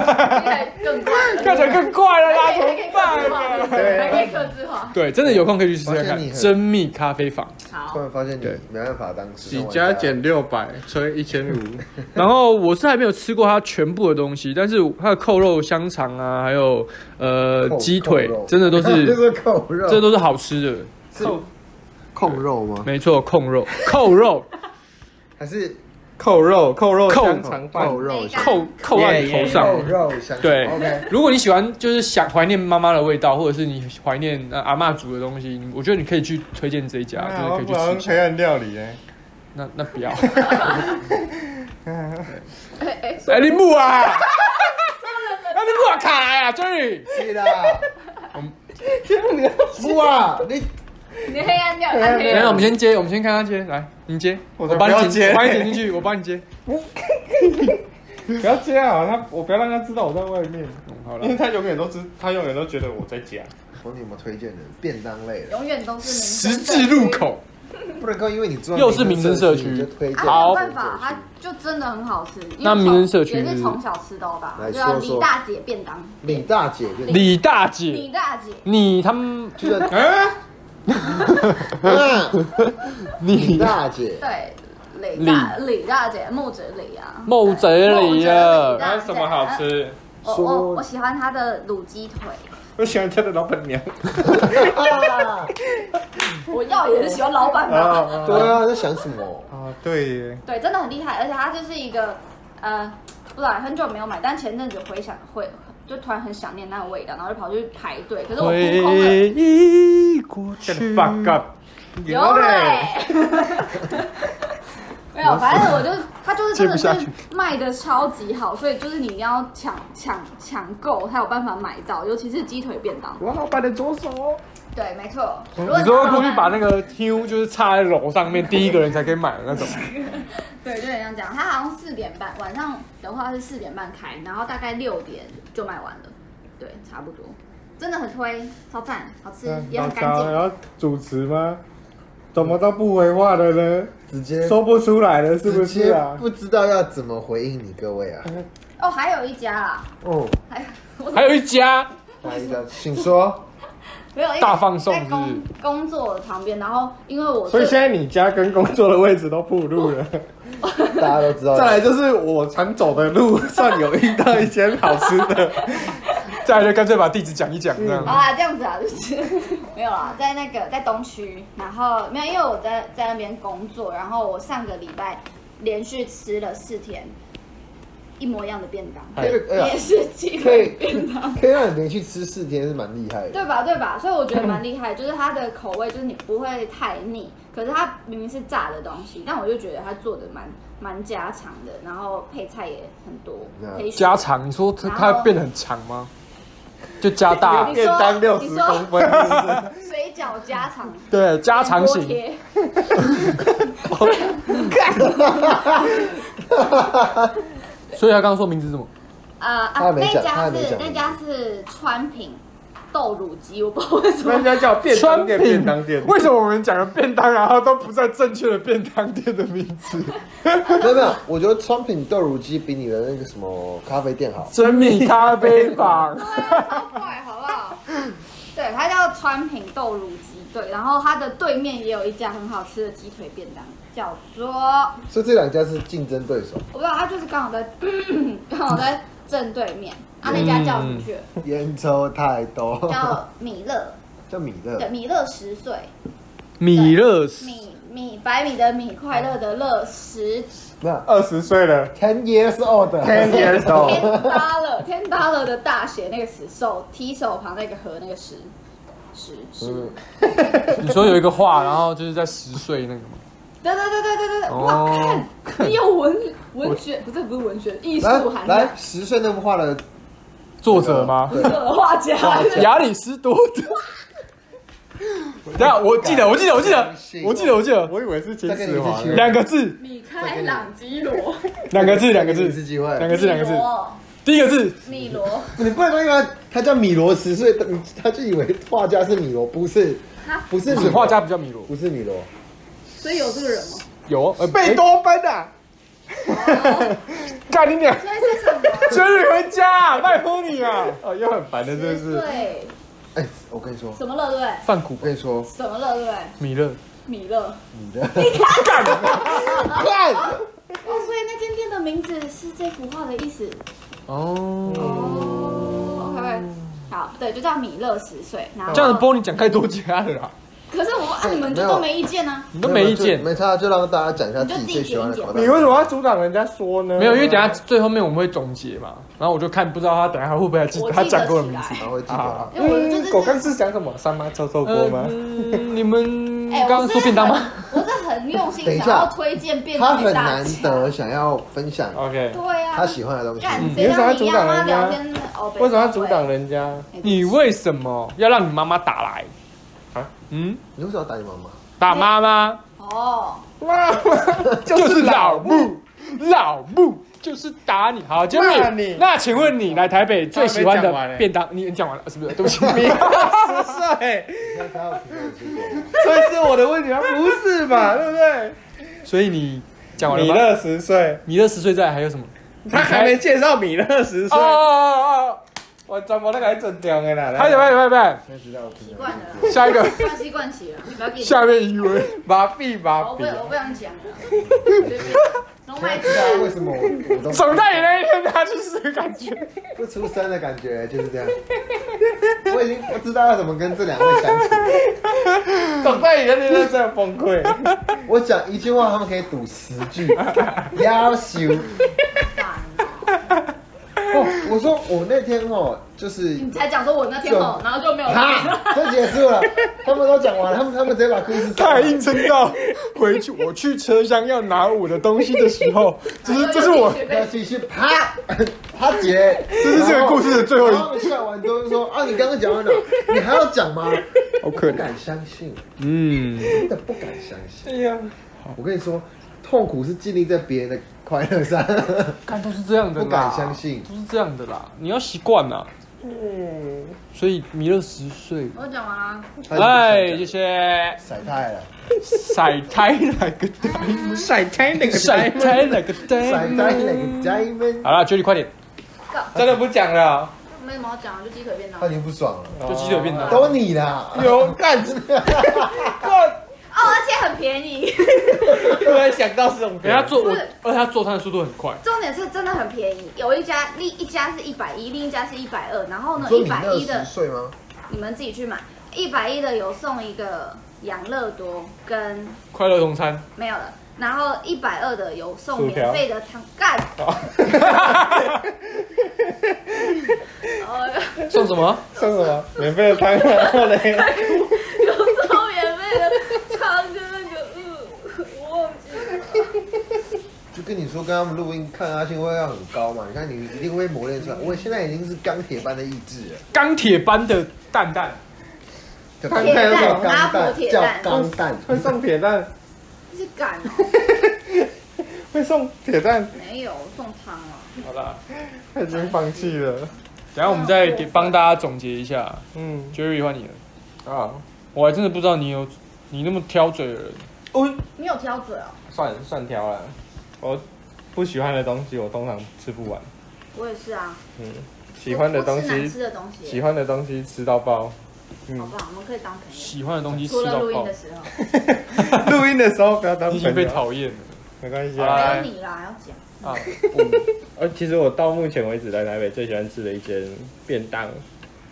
Speaker 5: 了，
Speaker 4: 看起来更怪了啦，
Speaker 5: 还
Speaker 4: 怎
Speaker 5: 可
Speaker 4: 么
Speaker 5: 以克制
Speaker 4: 办
Speaker 5: 化，
Speaker 4: 啊？
Speaker 5: 还可以克制化。
Speaker 4: 对，真的有空可以去试试
Speaker 2: 发现你
Speaker 4: 看
Speaker 2: 很
Speaker 4: 真蜜咖啡坊。
Speaker 5: 好
Speaker 2: 突，然发现你
Speaker 4: 对
Speaker 2: 没办法当时
Speaker 1: 几家减六百，吹一千五。
Speaker 4: 然后我是还没有吃过它全部的东西，但是它的扣肉、香肠啊，还有呃
Speaker 2: 扣
Speaker 4: 鸡腿
Speaker 2: 扣肉，
Speaker 4: 真的都
Speaker 2: 这
Speaker 4: 是
Speaker 2: 是扣肉，
Speaker 4: 这都是好吃的。
Speaker 2: 是控肉吗？
Speaker 4: 没错，控肉、扣肉、
Speaker 2: 还是
Speaker 1: 扣肉，扣肉
Speaker 4: 扣
Speaker 1: 香肠饭
Speaker 2: 扣，肉香
Speaker 1: 嗯
Speaker 4: 扣扣在你头上。
Speaker 2: 扣肉香肠
Speaker 4: 对
Speaker 2: ，OK，
Speaker 4: 如果你喜欢就是想怀念妈妈的味道，或者是你怀念、呃、阿嬷煮的东西，你我觉得你可以去推荐这一家，
Speaker 1: 啊
Speaker 4: 就
Speaker 1: 我
Speaker 4: 是可
Speaker 1: 不
Speaker 4: 以去吃
Speaker 1: 能
Speaker 4: 一
Speaker 1: 黑
Speaker 4: 下。
Speaker 1: 暗料理哎。
Speaker 4: 那那不要，
Speaker 5: 哎哎，
Speaker 4: 哎林木啊，哎林木啊卡呀，终于
Speaker 2: 是的。 哇，你
Speaker 5: 你黑暗料理，暗黑
Speaker 4: 哎来，我
Speaker 5: 料
Speaker 4: 们先接，我们先看他接，来，你接，
Speaker 1: 我才
Speaker 4: 帮
Speaker 1: 不要
Speaker 4: 你剪，
Speaker 1: 接
Speaker 4: 我帮你剪进去，我帮你接。
Speaker 1: 不要这样，他我不要让他知道我在外面，
Speaker 4: 嗯好了
Speaker 1: 因为，他永远都知，他永远都觉得我在家。
Speaker 2: 我你有没有推荐的便当类的？
Speaker 5: 永远都是
Speaker 4: 十字路口，
Speaker 2: 不能够因为你住在
Speaker 4: 又是民生社区
Speaker 2: 你就推荐
Speaker 5: 啊，没
Speaker 4: 好
Speaker 5: 有办法，它就真的很好吃。因为
Speaker 4: 那
Speaker 5: 从
Speaker 4: 民生社区
Speaker 5: 也是从小吃到大，
Speaker 2: 来
Speaker 5: 就叫
Speaker 2: 说说
Speaker 5: 李大姐便当，
Speaker 2: 李大姐便当，
Speaker 4: 李大
Speaker 5: 李
Speaker 4: 姐，
Speaker 5: 大姐
Speaker 4: 你他们
Speaker 2: 就在李
Speaker 4: 你
Speaker 2: 大姐，
Speaker 5: 对。李大李大姐，木子李啊，
Speaker 4: 木子李啊
Speaker 5: 还有什么好吃？
Speaker 1: 吃？
Speaker 5: 我我我喜欢她的卤鸡腿，
Speaker 1: 我喜欢他的老板娘。
Speaker 2: 啊
Speaker 5: 我要也是喜欢老板吧。
Speaker 1: 啊
Speaker 2: 对啊，在想什么？
Speaker 1: 啊，对耶，
Speaker 5: 对，真的很厉害，而且它就是一个，呃，不知道很久没有买，但前阵子回想会，就突然很想念那个味道，然后就跑去排队，可是我扑空了。
Speaker 4: 回忆过去
Speaker 1: Shut the fuck up。
Speaker 5: 有嘞， 没有，反正我就他就是真的
Speaker 4: 接不下
Speaker 5: 是卖的超级好，所以就是你一定要抢抢抢购才有办法买到，尤其是鸡腿便当。
Speaker 1: 我老板的左手。
Speaker 5: 对，没错。你
Speaker 4: 哦你说过去把那个 Q 就是插在楼上面，第一个人才可以买的那种。
Speaker 5: 对，就很像这样。他好像四点半，晚上的话是四点半开，然后大概六点就卖完了。对，差不多。真的很推，超赞，好吃，
Speaker 4: 嗯
Speaker 5: 也嗯很干净。
Speaker 1: 然后主持吗？怎么都不回话了呢？
Speaker 2: 直接
Speaker 1: 说不出来了，是不是
Speaker 2: 直接
Speaker 1: 啊？
Speaker 2: 不知道要怎么回应你各位啊！
Speaker 5: 哦，还有一家啦，
Speaker 2: 哦，
Speaker 5: 还 我
Speaker 4: 还有一家
Speaker 2: 来一个，哎请说。
Speaker 5: 没有一个
Speaker 4: 大放送
Speaker 5: 在
Speaker 4: 是不是
Speaker 5: 工工作旁边，然后因为我
Speaker 1: 所以
Speaker 5: 这
Speaker 1: 现在你家跟工作的位置都铺路了。
Speaker 2: 大家都知道。
Speaker 1: 再来就是我常走的路上有遇到一间好吃的，
Speaker 4: 再来就干脆把地址讲一讲这样。
Speaker 5: 好啦，这样子啊，就是没有啦，在那个在东区，然后没有，因为我在在那边工作，然后我上个礼拜连续吃了四天一模一样的便当，
Speaker 2: 哎呀
Speaker 5: 也是鸡
Speaker 2: 可以
Speaker 5: 腿便当，
Speaker 2: 可以让你连续吃四天是蛮厉害的。
Speaker 5: 对吧？对吧？所以我觉得蛮厉害，就是它的口味就是你不会太腻，可是它明明是炸的东西，但我就觉得它做的蛮蛮家常的，然后配菜也很多，
Speaker 1: 啊
Speaker 5: 可以选
Speaker 4: 加长，你说它它变得很长吗？就加大
Speaker 5: 你，
Speaker 1: 便当六十公分，
Speaker 5: 水饺家常。
Speaker 4: 对，加长
Speaker 5: 锅
Speaker 4: 型。
Speaker 5: 贴
Speaker 4: 所以他刚刚说名字是什么？
Speaker 5: 呃啊，
Speaker 2: 他没
Speaker 5: 那
Speaker 2: 讲
Speaker 5: 家
Speaker 2: 他没
Speaker 5: 是
Speaker 2: 讲
Speaker 5: 那家是川品豆乳鸡，我不知道为什
Speaker 1: 人
Speaker 5: 么。
Speaker 1: 家叫便当
Speaker 4: 川
Speaker 1: 店，
Speaker 4: 品
Speaker 1: 便当店，
Speaker 4: 为什么我们讲的便当，然后都不在正确的便当店的名 字？
Speaker 2: 没有没有，我觉得川品豆乳鸡比你的那个什么咖啡店好。
Speaker 4: 真米咖啡坊。
Speaker 5: 对啊超怪，好不好？对，它叫川品豆乳鸡，对，然后它的对面也有一家很好吃的鸡腿便当，叫做我
Speaker 2: 所以这两家是竞争对 手，
Speaker 5: 不知道，它就是刚好在 刚好在正对面，啊，那
Speaker 2: 嗯
Speaker 5: 家叫什么去了？
Speaker 2: 烟抽太多。
Speaker 5: 叫米勒，
Speaker 2: 叫米
Speaker 5: 对，
Speaker 2: 勒，
Speaker 5: 米勒十岁，
Speaker 4: 米勒斯
Speaker 5: 米米百米的米，快乐的乐，十
Speaker 2: 那
Speaker 1: 二十岁了
Speaker 2: ten years old。
Speaker 1: ，ten years old，
Speaker 5: 天巴勒，天巴勒的大写那个石手提手旁那个和那个石石石，
Speaker 2: 嗯
Speaker 4: 你说有一个话，然后就是在十岁那个吗？
Speaker 5: 对对对对对对对，哇
Speaker 4: 哦
Speaker 5: 看，你有文文学，不是不是文学，艺术
Speaker 2: 来
Speaker 5: 涵养
Speaker 2: 来，，十岁那幅画的
Speaker 4: 作者吗？
Speaker 5: 这个画家，
Speaker 4: 亚里士多德。等一下，我记得，我记得， 我记得，我记得，我记得，
Speaker 1: 我以为是秦
Speaker 2: 再给你
Speaker 1: 始
Speaker 2: 一次
Speaker 1: 皇啊
Speaker 2: 机。会
Speaker 4: 两个字，
Speaker 5: 米开朗基罗，
Speaker 4: 两个字，两个
Speaker 2: 给你一次
Speaker 4: 字，
Speaker 2: 机
Speaker 4: 两
Speaker 2: 会。
Speaker 4: 个字，两个字
Speaker 5: 米。罗，
Speaker 4: 第一个字，
Speaker 5: 米罗，
Speaker 2: 你不能说因为他他叫米罗十岁， 你他就以为画家是米罗，不是
Speaker 5: 哈，
Speaker 2: 不是
Speaker 4: 不
Speaker 2: 米
Speaker 4: 是
Speaker 2: 罗
Speaker 4: 画家，不叫米罗，
Speaker 2: 不是米罗，
Speaker 5: 所以有这个人吗？
Speaker 4: 有呃
Speaker 1: 贝多芬啊，
Speaker 4: 干你娘！
Speaker 5: 所以是什么？
Speaker 4: 追你回家，拜托你啊！
Speaker 1: 哦，又很烦的，真的
Speaker 5: 十
Speaker 1: 是。
Speaker 5: 岁，
Speaker 2: 哎，我跟你说，
Speaker 5: 什么乐对不对？
Speaker 4: 范古
Speaker 2: 我跟你说，
Speaker 5: 什么乐对不对？
Speaker 4: 米勒，
Speaker 5: 米勒，
Speaker 2: 你的
Speaker 4: 干
Speaker 5: 哦，所以那间店的名字是这幅画的意思。
Speaker 4: 哦。
Speaker 5: 哦，OK，好，对，就叫米勒十岁。然后
Speaker 4: 这样子帮你讲太多家了啦，
Speaker 5: 可是我啊，你们就都没意见啊呢、
Speaker 4: 你都没意见。
Speaker 2: 没差，就让大家讲一下自己
Speaker 5: 你就
Speaker 2: 最
Speaker 5: 自己
Speaker 2: 喜欢的
Speaker 5: 剪一
Speaker 2: 口
Speaker 5: 剪
Speaker 2: 袋。
Speaker 1: 你为什么要阻挡人家说呢？
Speaker 4: 没有，因为等下最后面我们会总结嘛，然后我就看不知道他等下会不会还记
Speaker 5: 我
Speaker 4: 得
Speaker 5: 记
Speaker 4: 他
Speaker 5: 得
Speaker 4: 讲过的
Speaker 5: 起
Speaker 4: 名字。
Speaker 2: 然
Speaker 5: 来，
Speaker 2: 后会记
Speaker 1: 啊
Speaker 2: 得，
Speaker 5: 因为我就
Speaker 1: 嗯
Speaker 5: 是
Speaker 1: 狗刚是讲什么？三妈臭臭锅吗？
Speaker 4: 嗯你们
Speaker 5: 哎、我
Speaker 4: 刚刚
Speaker 5: 是
Speaker 4: 说便当吗？
Speaker 5: 很？我是很用心
Speaker 2: 等一下
Speaker 5: 想要推荐便
Speaker 2: 他
Speaker 5: 当给
Speaker 2: 很
Speaker 5: 大
Speaker 2: 难得
Speaker 5: 家。
Speaker 2: 想要分享
Speaker 1: OK，
Speaker 5: 对啊，
Speaker 2: 他喜欢的东西。
Speaker 5: 干，
Speaker 1: 你
Speaker 5: 谁
Speaker 1: 为什么要
Speaker 5: 让你
Speaker 1: 阻
Speaker 5: 要
Speaker 1: 挡
Speaker 5: 妈
Speaker 1: 人家
Speaker 5: 聊天？哦，
Speaker 1: 为什么要阻挡人家？
Speaker 5: 哎？
Speaker 4: 你为什么要让你妈妈打来？
Speaker 1: 啊
Speaker 4: 嗯，
Speaker 2: 你为什么要打你妈妈？
Speaker 4: 打妈妈
Speaker 5: 哦，
Speaker 1: 哇，
Speaker 4: 就是老木，老木就是打你。好，杰
Speaker 1: 骂
Speaker 4: 米
Speaker 1: 你，
Speaker 4: 那请问你来台北最喜欢
Speaker 1: 他还没讲完
Speaker 4: 的
Speaker 1: 欸
Speaker 4: 便当？你你讲完了是不是？对不起，
Speaker 1: 你二十岁，
Speaker 2: 你看他要评论结果
Speaker 1: 所以是我的问题吗？不是吧？对不对？
Speaker 4: 所以你讲完了
Speaker 1: 米
Speaker 4: 吗？
Speaker 1: 勒十岁，
Speaker 4: 米勒十岁在还有什么？
Speaker 1: 他还没介绍米勒十
Speaker 4: 哦
Speaker 1: 岁，
Speaker 4: 哦哦
Speaker 1: 我怎么那个还准掉的啦？
Speaker 4: 哦，拍手拍手拍手拍
Speaker 2: 现在知道我评
Speaker 5: 习
Speaker 2: 论
Speaker 5: 惯
Speaker 2: 结
Speaker 5: 了
Speaker 2: 果
Speaker 5: 啦，
Speaker 4: 手，下一个
Speaker 5: 惯习惯习了，不要给你。哦
Speaker 4: 下面一位。
Speaker 1: 麻痹麻
Speaker 5: 我不，
Speaker 1: 痹，
Speaker 5: 我不 想讲了，随便。龙脉之
Speaker 2: 知道为
Speaker 5: 战，
Speaker 2: 什么我我都
Speaker 4: 总在你那一天他去死的感觉。
Speaker 2: 不出声的感觉就是这样。我已经不知道要怎么跟这两位相处。
Speaker 1: 总在你的那真的崩溃。
Speaker 2: 我讲一句话，他们可以赌十句，要羞。哦，我说我那天哦，就是
Speaker 5: 你才讲说我那天哦，然后就没有。
Speaker 2: 哈，就结束了，他们都讲完了，他们他们直接把故事讲
Speaker 4: 太
Speaker 2: 完
Speaker 4: 硬撑到回去，我去车厢要拿我的东西的时候， 这是这是我
Speaker 2: 要继续啪啪结，这
Speaker 4: 是这个故事的最后一
Speaker 2: 他们讲完之后就说啊，你刚刚讲完了，你还要讲吗？
Speaker 4: 好可
Speaker 2: 不。敢相信，
Speaker 4: 嗯，
Speaker 2: 真的不敢相
Speaker 1: 哎
Speaker 2: 信。
Speaker 1: 呀，
Speaker 2: 我跟你说，痛苦是建立在别人的快乐上，
Speaker 4: 看都是这样的啦，
Speaker 2: 不敢相信
Speaker 4: 都是这样的啦，你要习惯啦。
Speaker 1: 嗯，
Speaker 4: 所以弥勒十岁，
Speaker 5: 我讲完啊了。
Speaker 4: 哎，谢谢。
Speaker 2: 甩太了，
Speaker 4: 晒胎那个呆，
Speaker 1: 晒太 那个
Speaker 4: 晒胎那个
Speaker 2: 甩
Speaker 4: 呆
Speaker 2: 太。那
Speaker 1: 嗯
Speaker 2: 个 diamond，
Speaker 4: 好了，九你快点，
Speaker 1: 真的不讲了哦，
Speaker 5: 没什么好讲的，就鸡腿便当
Speaker 2: 他。已经不爽了，
Speaker 4: 就鸡腿便当。
Speaker 2: 都你啦，
Speaker 1: 有干，
Speaker 5: 哦，而且很便宜。
Speaker 1: 突然想到 这种
Speaker 4: 人家做我
Speaker 5: 不是，
Speaker 4: 而且他做餐的速度很快。
Speaker 5: 重点是真的很便宜，有一家另一家是一百一，另一家是一百二，然后呢
Speaker 2: 说
Speaker 5: 一
Speaker 2: 你
Speaker 5: 百
Speaker 2: 那
Speaker 5: 一的
Speaker 2: 十岁吗？
Speaker 5: 你们自己去买，一百一的有送一个养乐多跟
Speaker 4: 快乐同餐，
Speaker 5: 没有了，然后一百二的有送
Speaker 1: 薯条
Speaker 5: 免费的汤干，哦，
Speaker 4: 送什么？
Speaker 1: 送什么？免费的汤，然后嘞，
Speaker 5: 有送免费的汤跟那个嗯，我忘记了，
Speaker 2: 就跟你说，跟他们录音抗压性会要很高嘛，你看你一定会磨练出来。
Speaker 1: 嗯
Speaker 2: 我现在已经是钢铁般的意志了，
Speaker 4: 钢铁般的蛋蛋，
Speaker 2: 叫
Speaker 5: 钢
Speaker 2: 钢
Speaker 5: 铁蛋
Speaker 2: 叫钢
Speaker 5: 阿婆铁
Speaker 2: 蛋，叫
Speaker 5: 蛋
Speaker 2: 钢蛋。
Speaker 1: 会送铁蛋，
Speaker 5: 是干哦，
Speaker 1: 会送铁蛋，
Speaker 5: 没有送汤啊，
Speaker 4: 好啦，
Speaker 1: 他已经放弃了。
Speaker 4: 等一下我们再给帮大家总结一下。
Speaker 1: 嗯
Speaker 4: Jerry 换你了，
Speaker 1: 啊，
Speaker 4: 我还真的不知道你有你那么挑嘴的人。
Speaker 1: 哦，
Speaker 5: 你有挑嘴哦，
Speaker 1: 算算挑了，我不喜欢的东西我通常吃不完，
Speaker 5: 我也是啊，
Speaker 1: 嗯，喜欢的东
Speaker 5: 我不吃难
Speaker 1: 西
Speaker 5: 吃的东西，
Speaker 1: 喜欢的东西吃到爆。
Speaker 5: 好
Speaker 1: 嗯，
Speaker 5: 不好？我们可以当朋友，
Speaker 4: 喜欢的东西
Speaker 5: 除
Speaker 4: 吃
Speaker 5: 了
Speaker 4: 到
Speaker 5: 录音
Speaker 4: 爆
Speaker 5: 的，时 候，
Speaker 1: 录音的时候不要当
Speaker 4: 你已经
Speaker 1: 朋
Speaker 4: 被
Speaker 1: 友，
Speaker 4: 讨厌了
Speaker 1: 没关系
Speaker 4: 好
Speaker 1: 啊
Speaker 4: 啦。
Speaker 5: 还有你啦，要讲。
Speaker 4: 啊！
Speaker 1: 而呃其实我到目前为止来台北最喜欢吃的一间便当，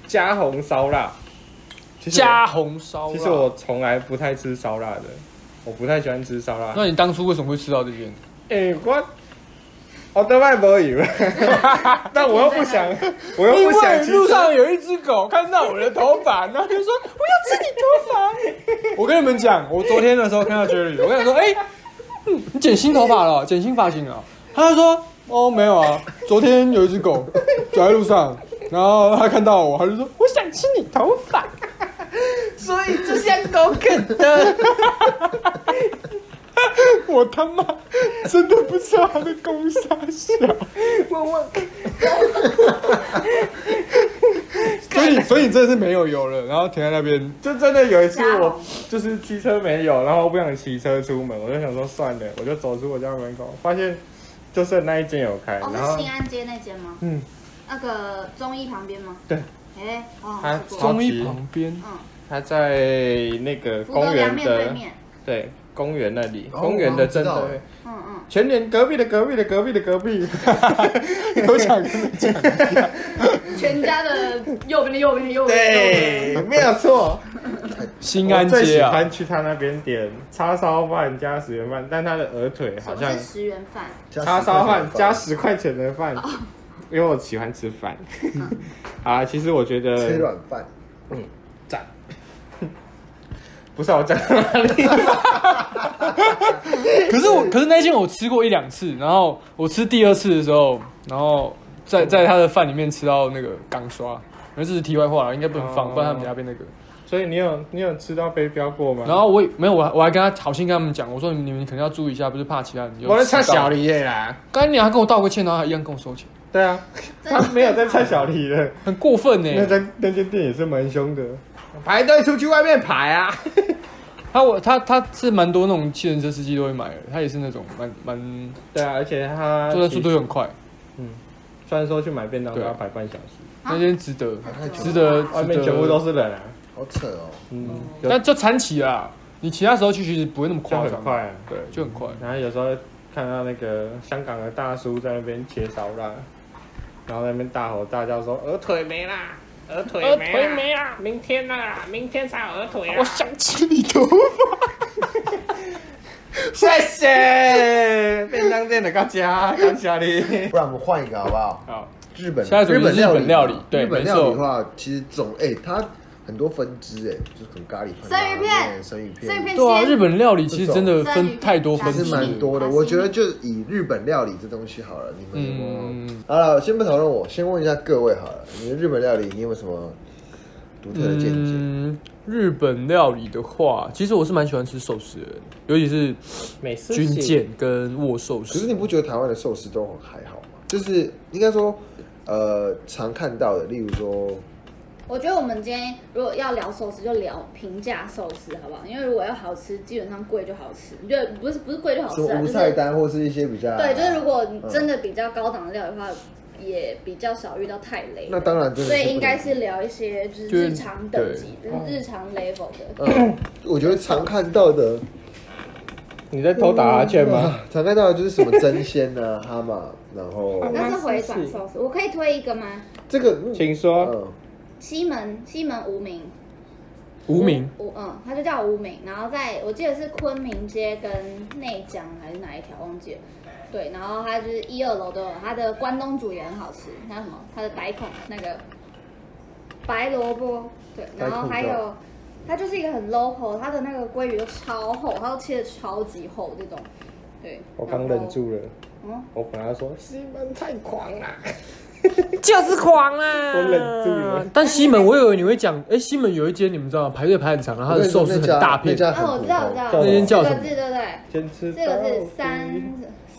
Speaker 1: 加红烧腊。其实我
Speaker 4: 加红烧
Speaker 1: 其实
Speaker 4: 腊，
Speaker 1: 我从来不太吃烧腊的，我不太喜欢吃烧腊。
Speaker 4: 那你当初为什么会吃到这边？
Speaker 1: 哎、我我的外国 语，但我又不想，我
Speaker 4: 哎
Speaker 1: 又不想骑车。
Speaker 4: 有一只狗看到我的头发，然后就说我要吃你头发。我跟你们讲，我昨天的时候看到 Jerry，我跟他说，哎、嗯你剪新头发了哦，剪新发型了哦。他就说，哦，没有啊，昨天有一只狗走在路上，然后他看到我，他就说我想吃你头发， 所以就像狗啃的。 我他妈真的不知道他的公杀小，我我。所以，所以你真的是没有油了，然后停在那边。
Speaker 1: 就真的有一次
Speaker 5: 加红
Speaker 1: 我就是机车没有，然后我不想骑车出门，我就想说算了，我就走出我家门口，发现就剩那一间有开，
Speaker 5: 哦，
Speaker 1: 然后
Speaker 5: 是新安街那间吗？
Speaker 1: 嗯，
Speaker 5: 那个中医旁边吗？
Speaker 1: 对。
Speaker 5: 哎，哦，
Speaker 1: 啊
Speaker 5: 吃过。
Speaker 1: 中
Speaker 4: 中
Speaker 1: 医
Speaker 4: 医
Speaker 1: 旁
Speaker 4: 旁边
Speaker 5: 嗯，
Speaker 1: 他在那个
Speaker 5: 福德
Speaker 1: 公
Speaker 5: 凉
Speaker 1: 园
Speaker 5: 面对
Speaker 1: 的
Speaker 5: 面。
Speaker 1: 对公园那里，
Speaker 2: 哦
Speaker 1: 公园的
Speaker 2: 我知
Speaker 1: 正
Speaker 2: 道
Speaker 1: 对
Speaker 2: 了
Speaker 1: 面。
Speaker 5: 嗯嗯，
Speaker 1: 全年隔壁的隔壁的隔壁的隔壁，
Speaker 4: 有想跟你讲，
Speaker 5: 全家的右边的右边的右边的右边
Speaker 1: 对，没有错。
Speaker 4: 新安
Speaker 1: 我最
Speaker 4: 街
Speaker 1: 喜
Speaker 4: 啊，
Speaker 1: 欢去他那边点叉烧饭加十元饭，但他的鹅腿好
Speaker 5: 什么
Speaker 1: 像
Speaker 5: 是十元饭？
Speaker 1: 叉烧饭加
Speaker 2: 十
Speaker 1: 十块钱的饭， 因为我喜欢吃饭。 啊，其实我觉
Speaker 2: 块钱的饭吃
Speaker 1: 得
Speaker 2: 软饭，
Speaker 1: 赞。 不是啊我讲到哪里？
Speaker 4: 可是我，可是那间我吃过一两次，然后我吃第二次的时候，然后在在他的饭里面吃到那个钢刷，而这是题外话了，应该不能放，
Speaker 1: 哦
Speaker 4: 不然他们家被那个。
Speaker 1: 所以你有你有吃到飞镖过吗？
Speaker 4: 然后我也没有，我还我还跟他好心跟他们讲，我说你们可能要注意一下，不是怕其他人有。
Speaker 1: 我在唱小，黎的啦。
Speaker 4: 干娘还跟我道个歉，然后还一样跟我收 钱，
Speaker 1: 对啊，他没有在唱小黎 的。
Speaker 4: 很过分呢、
Speaker 1: 那间那间店也是蛮凶的，排队出去外面排啊。
Speaker 4: 他我他他是蛮多那种汽人车司机都会买的，他也是那种蛮蛮
Speaker 1: 对啊，而且他
Speaker 4: 做的速度又很快，
Speaker 1: 虽然说去买便当都
Speaker 4: 对
Speaker 1: 要排半小时，
Speaker 5: 啊
Speaker 4: 那间值得
Speaker 2: 排太久了
Speaker 4: 值得，
Speaker 1: 外面
Speaker 4: 值得
Speaker 1: 全部都是人啊。
Speaker 2: 好扯哦。
Speaker 1: 嗯，有
Speaker 4: 但就残起啦。你其他时候去其实不会那么
Speaker 1: 就
Speaker 4: 夸
Speaker 1: 很
Speaker 4: 张，
Speaker 1: 快啊。
Speaker 4: 对，就很快。
Speaker 1: 然后有时候看到那个香港的大叔在那边切烧腊，然后在那边大吼大叫说鹅腿没啦，鹅腿
Speaker 6: 鹅
Speaker 1: 没
Speaker 6: 呃腿
Speaker 1: 啦，
Speaker 6: 没啦，明天啦，明天才有鹅腿啊！
Speaker 4: 我想吃你头发，
Speaker 1: 谢谢便当店的大家，感谢你。
Speaker 2: 不然我们换一个好不好？
Speaker 1: 好，
Speaker 2: 日本，
Speaker 4: 现在主题是
Speaker 2: 料理嘛，
Speaker 4: 日本料理对
Speaker 2: 日本
Speaker 4: 没错
Speaker 2: 料理的话，其实种哎，它很多分支哎，就是可能咖喱饭啊、
Speaker 5: 生鱼片
Speaker 2: 生鱼片、
Speaker 5: 生鱼片
Speaker 4: 对啊，
Speaker 5: 先
Speaker 4: 日本料理其实真的分太多分
Speaker 2: 还是
Speaker 4: 支
Speaker 2: 蛮
Speaker 4: 了。
Speaker 2: 多的。
Speaker 5: 嗯
Speaker 2: 我觉得就以日本料理这东西好了，你们有没有？
Speaker 4: 嗯，
Speaker 2: 好了，先不讨论我，先问一下各位好了，你的日本料理你有没有什么独特的见解？
Speaker 4: 嗯，日本料理的话，其实我是蛮喜欢吃寿司的，尤其是
Speaker 1: 美食
Speaker 4: 军舰跟握寿
Speaker 2: 可是
Speaker 4: 司。
Speaker 2: 你不觉得台湾的寿司都很还好吗？就是应该说，呃，常看到的，例如说，
Speaker 5: 我觉得我们今天如果要聊寿司，就聊平价寿司，好不好？因为如果要好吃，基本上贵就好吃，就不是不是贵就好
Speaker 2: 什
Speaker 5: 吃啊，
Speaker 2: 么
Speaker 5: 就
Speaker 2: 无
Speaker 5: 是
Speaker 2: 啊菜单或是一些比较，
Speaker 5: 对，就是如果真的比较高档的料理的话，也比较少遇到太雷的，
Speaker 2: 那当然真的
Speaker 5: 所
Speaker 2: 是
Speaker 5: 以
Speaker 2: 不
Speaker 5: 应该是聊一些就是
Speaker 4: 就是
Speaker 5: 日常等级、日常 level 的。
Speaker 2: 嗯，我觉得常看到的
Speaker 1: 你在偷打哈欠吗？
Speaker 2: 啊，常看到的就是什么针仙啊、蛤蟆，然后
Speaker 5: 那是回转寿司，我可以推一个吗？
Speaker 2: 这个嗯
Speaker 1: 请说。
Speaker 2: 嗯，
Speaker 5: 西门西门无名，
Speaker 4: 无名，
Speaker 5: 无嗯，它就叫无名，然后在我记得是昆明街跟内江还是哪一条忘记了。对，然后它就是一二楼都有，它的关东煮也很好吃，那什么，它的白孔那个白萝卜，对，然后
Speaker 2: 白
Speaker 5: 还
Speaker 2: 孔
Speaker 5: 有它就是一个很 local，它的那个鲑鱼都超厚，它都切的超级厚这种，对。
Speaker 1: 我刚
Speaker 5: 然后
Speaker 1: 忍，住了，
Speaker 5: 嗯，
Speaker 1: 我本来说
Speaker 6: 西门太狂了，就是狂啦！
Speaker 1: 我忍住了。
Speaker 4: 但西门，我以为你会讲，哎，西门有一间你们知道吗？排队排很长，然后它的寿司很大
Speaker 2: 那
Speaker 4: 片，
Speaker 2: 家很
Speaker 5: 啊，我知道，我知道，
Speaker 1: 那
Speaker 4: 间叫
Speaker 5: 四
Speaker 4: 什
Speaker 5: 个
Speaker 4: 么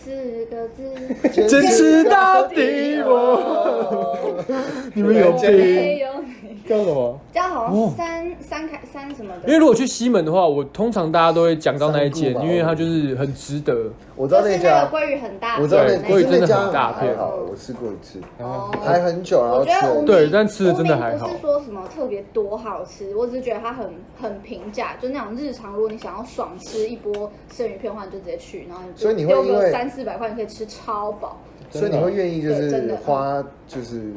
Speaker 5: 字，对不对？
Speaker 1: 先吃到底
Speaker 5: 这个是三四个字，
Speaker 4: 坚持到底
Speaker 5: 底
Speaker 4: 我
Speaker 5: 我。
Speaker 4: 你们有
Speaker 5: 没
Speaker 4: 病。
Speaker 5: 有你。
Speaker 1: 叫什么？
Speaker 5: 这样好
Speaker 4: 哦
Speaker 5: 像三、三开三什么
Speaker 4: 因为
Speaker 5: 的，
Speaker 4: 如果去西门的话，我通常大家都会讲到那一间，
Speaker 2: 三顾吧
Speaker 4: 因为它就是很值得。
Speaker 2: 我知道
Speaker 5: 就
Speaker 2: 那
Speaker 5: 是那个
Speaker 2: 家，
Speaker 5: 鲑鱼很大，
Speaker 2: 我知道那
Speaker 5: 个
Speaker 4: 对鲑鱼真的
Speaker 2: 那家
Speaker 4: 很大片
Speaker 2: 还好，我吃过一次，
Speaker 5: 哦。
Speaker 2: 排很久，然后
Speaker 5: 我觉得无名
Speaker 2: 吃。
Speaker 4: 对但吃的真的还好
Speaker 5: 无名不是说什么特别多好吃，我只是觉得它很很平价，就那种日常，如果你想要爽吃一波生鱼片的话，你就直接去，然后你就
Speaker 2: 所以你会
Speaker 5: 丢
Speaker 2: 因
Speaker 5: 个
Speaker 2: 为
Speaker 5: 三四百块，你可以吃超饱。
Speaker 2: 所以你会愿意就
Speaker 5: 对真
Speaker 2: 是
Speaker 5: 的
Speaker 2: 花就是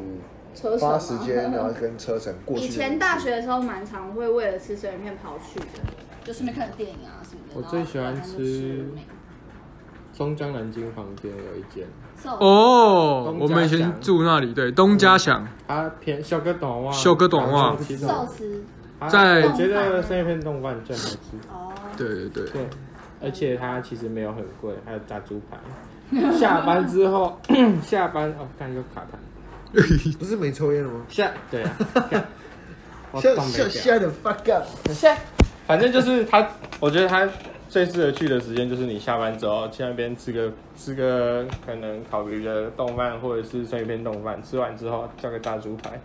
Speaker 5: 车手
Speaker 2: 花
Speaker 5: 嘛
Speaker 2: 时间， 然后跟车程过去。
Speaker 5: 以前大学的时候，蛮常会为了吃生鱼片跑去的，就顺便看个电影啊什么的。
Speaker 1: 我
Speaker 5: 然后
Speaker 1: 最喜欢
Speaker 5: 晚上就
Speaker 1: 吃
Speaker 5: 无名
Speaker 1: 松江南京旁边有一间，
Speaker 5: 是哦
Speaker 4: 哦
Speaker 1: 东家祥
Speaker 4: 我们以前住那里，对，东家祥，
Speaker 1: 它偏小个短袜，
Speaker 4: 小个短袜
Speaker 1: 其实
Speaker 5: 寿司
Speaker 1: 它
Speaker 4: 在
Speaker 1: 我觉得生鱼片冻饭最好吃。
Speaker 5: 哦，
Speaker 4: 对对对，
Speaker 1: 对，而且它其实没有很贵，还有炸猪排。下班之后， 下班哦，看又卡痰。
Speaker 2: 不是没抽烟了吗？
Speaker 1: 下对啊， 干我
Speaker 2: 像
Speaker 1: 懂没
Speaker 2: 像
Speaker 1: 讲。
Speaker 2: 吓的 fuck up，
Speaker 1: 下，反正就是它，我觉得它最适合去的时间就是你下班之后去那边吃个吃个可能烤鱼的冻饭或者是生鱼片冻饭，吃完之后叫个炸猪排，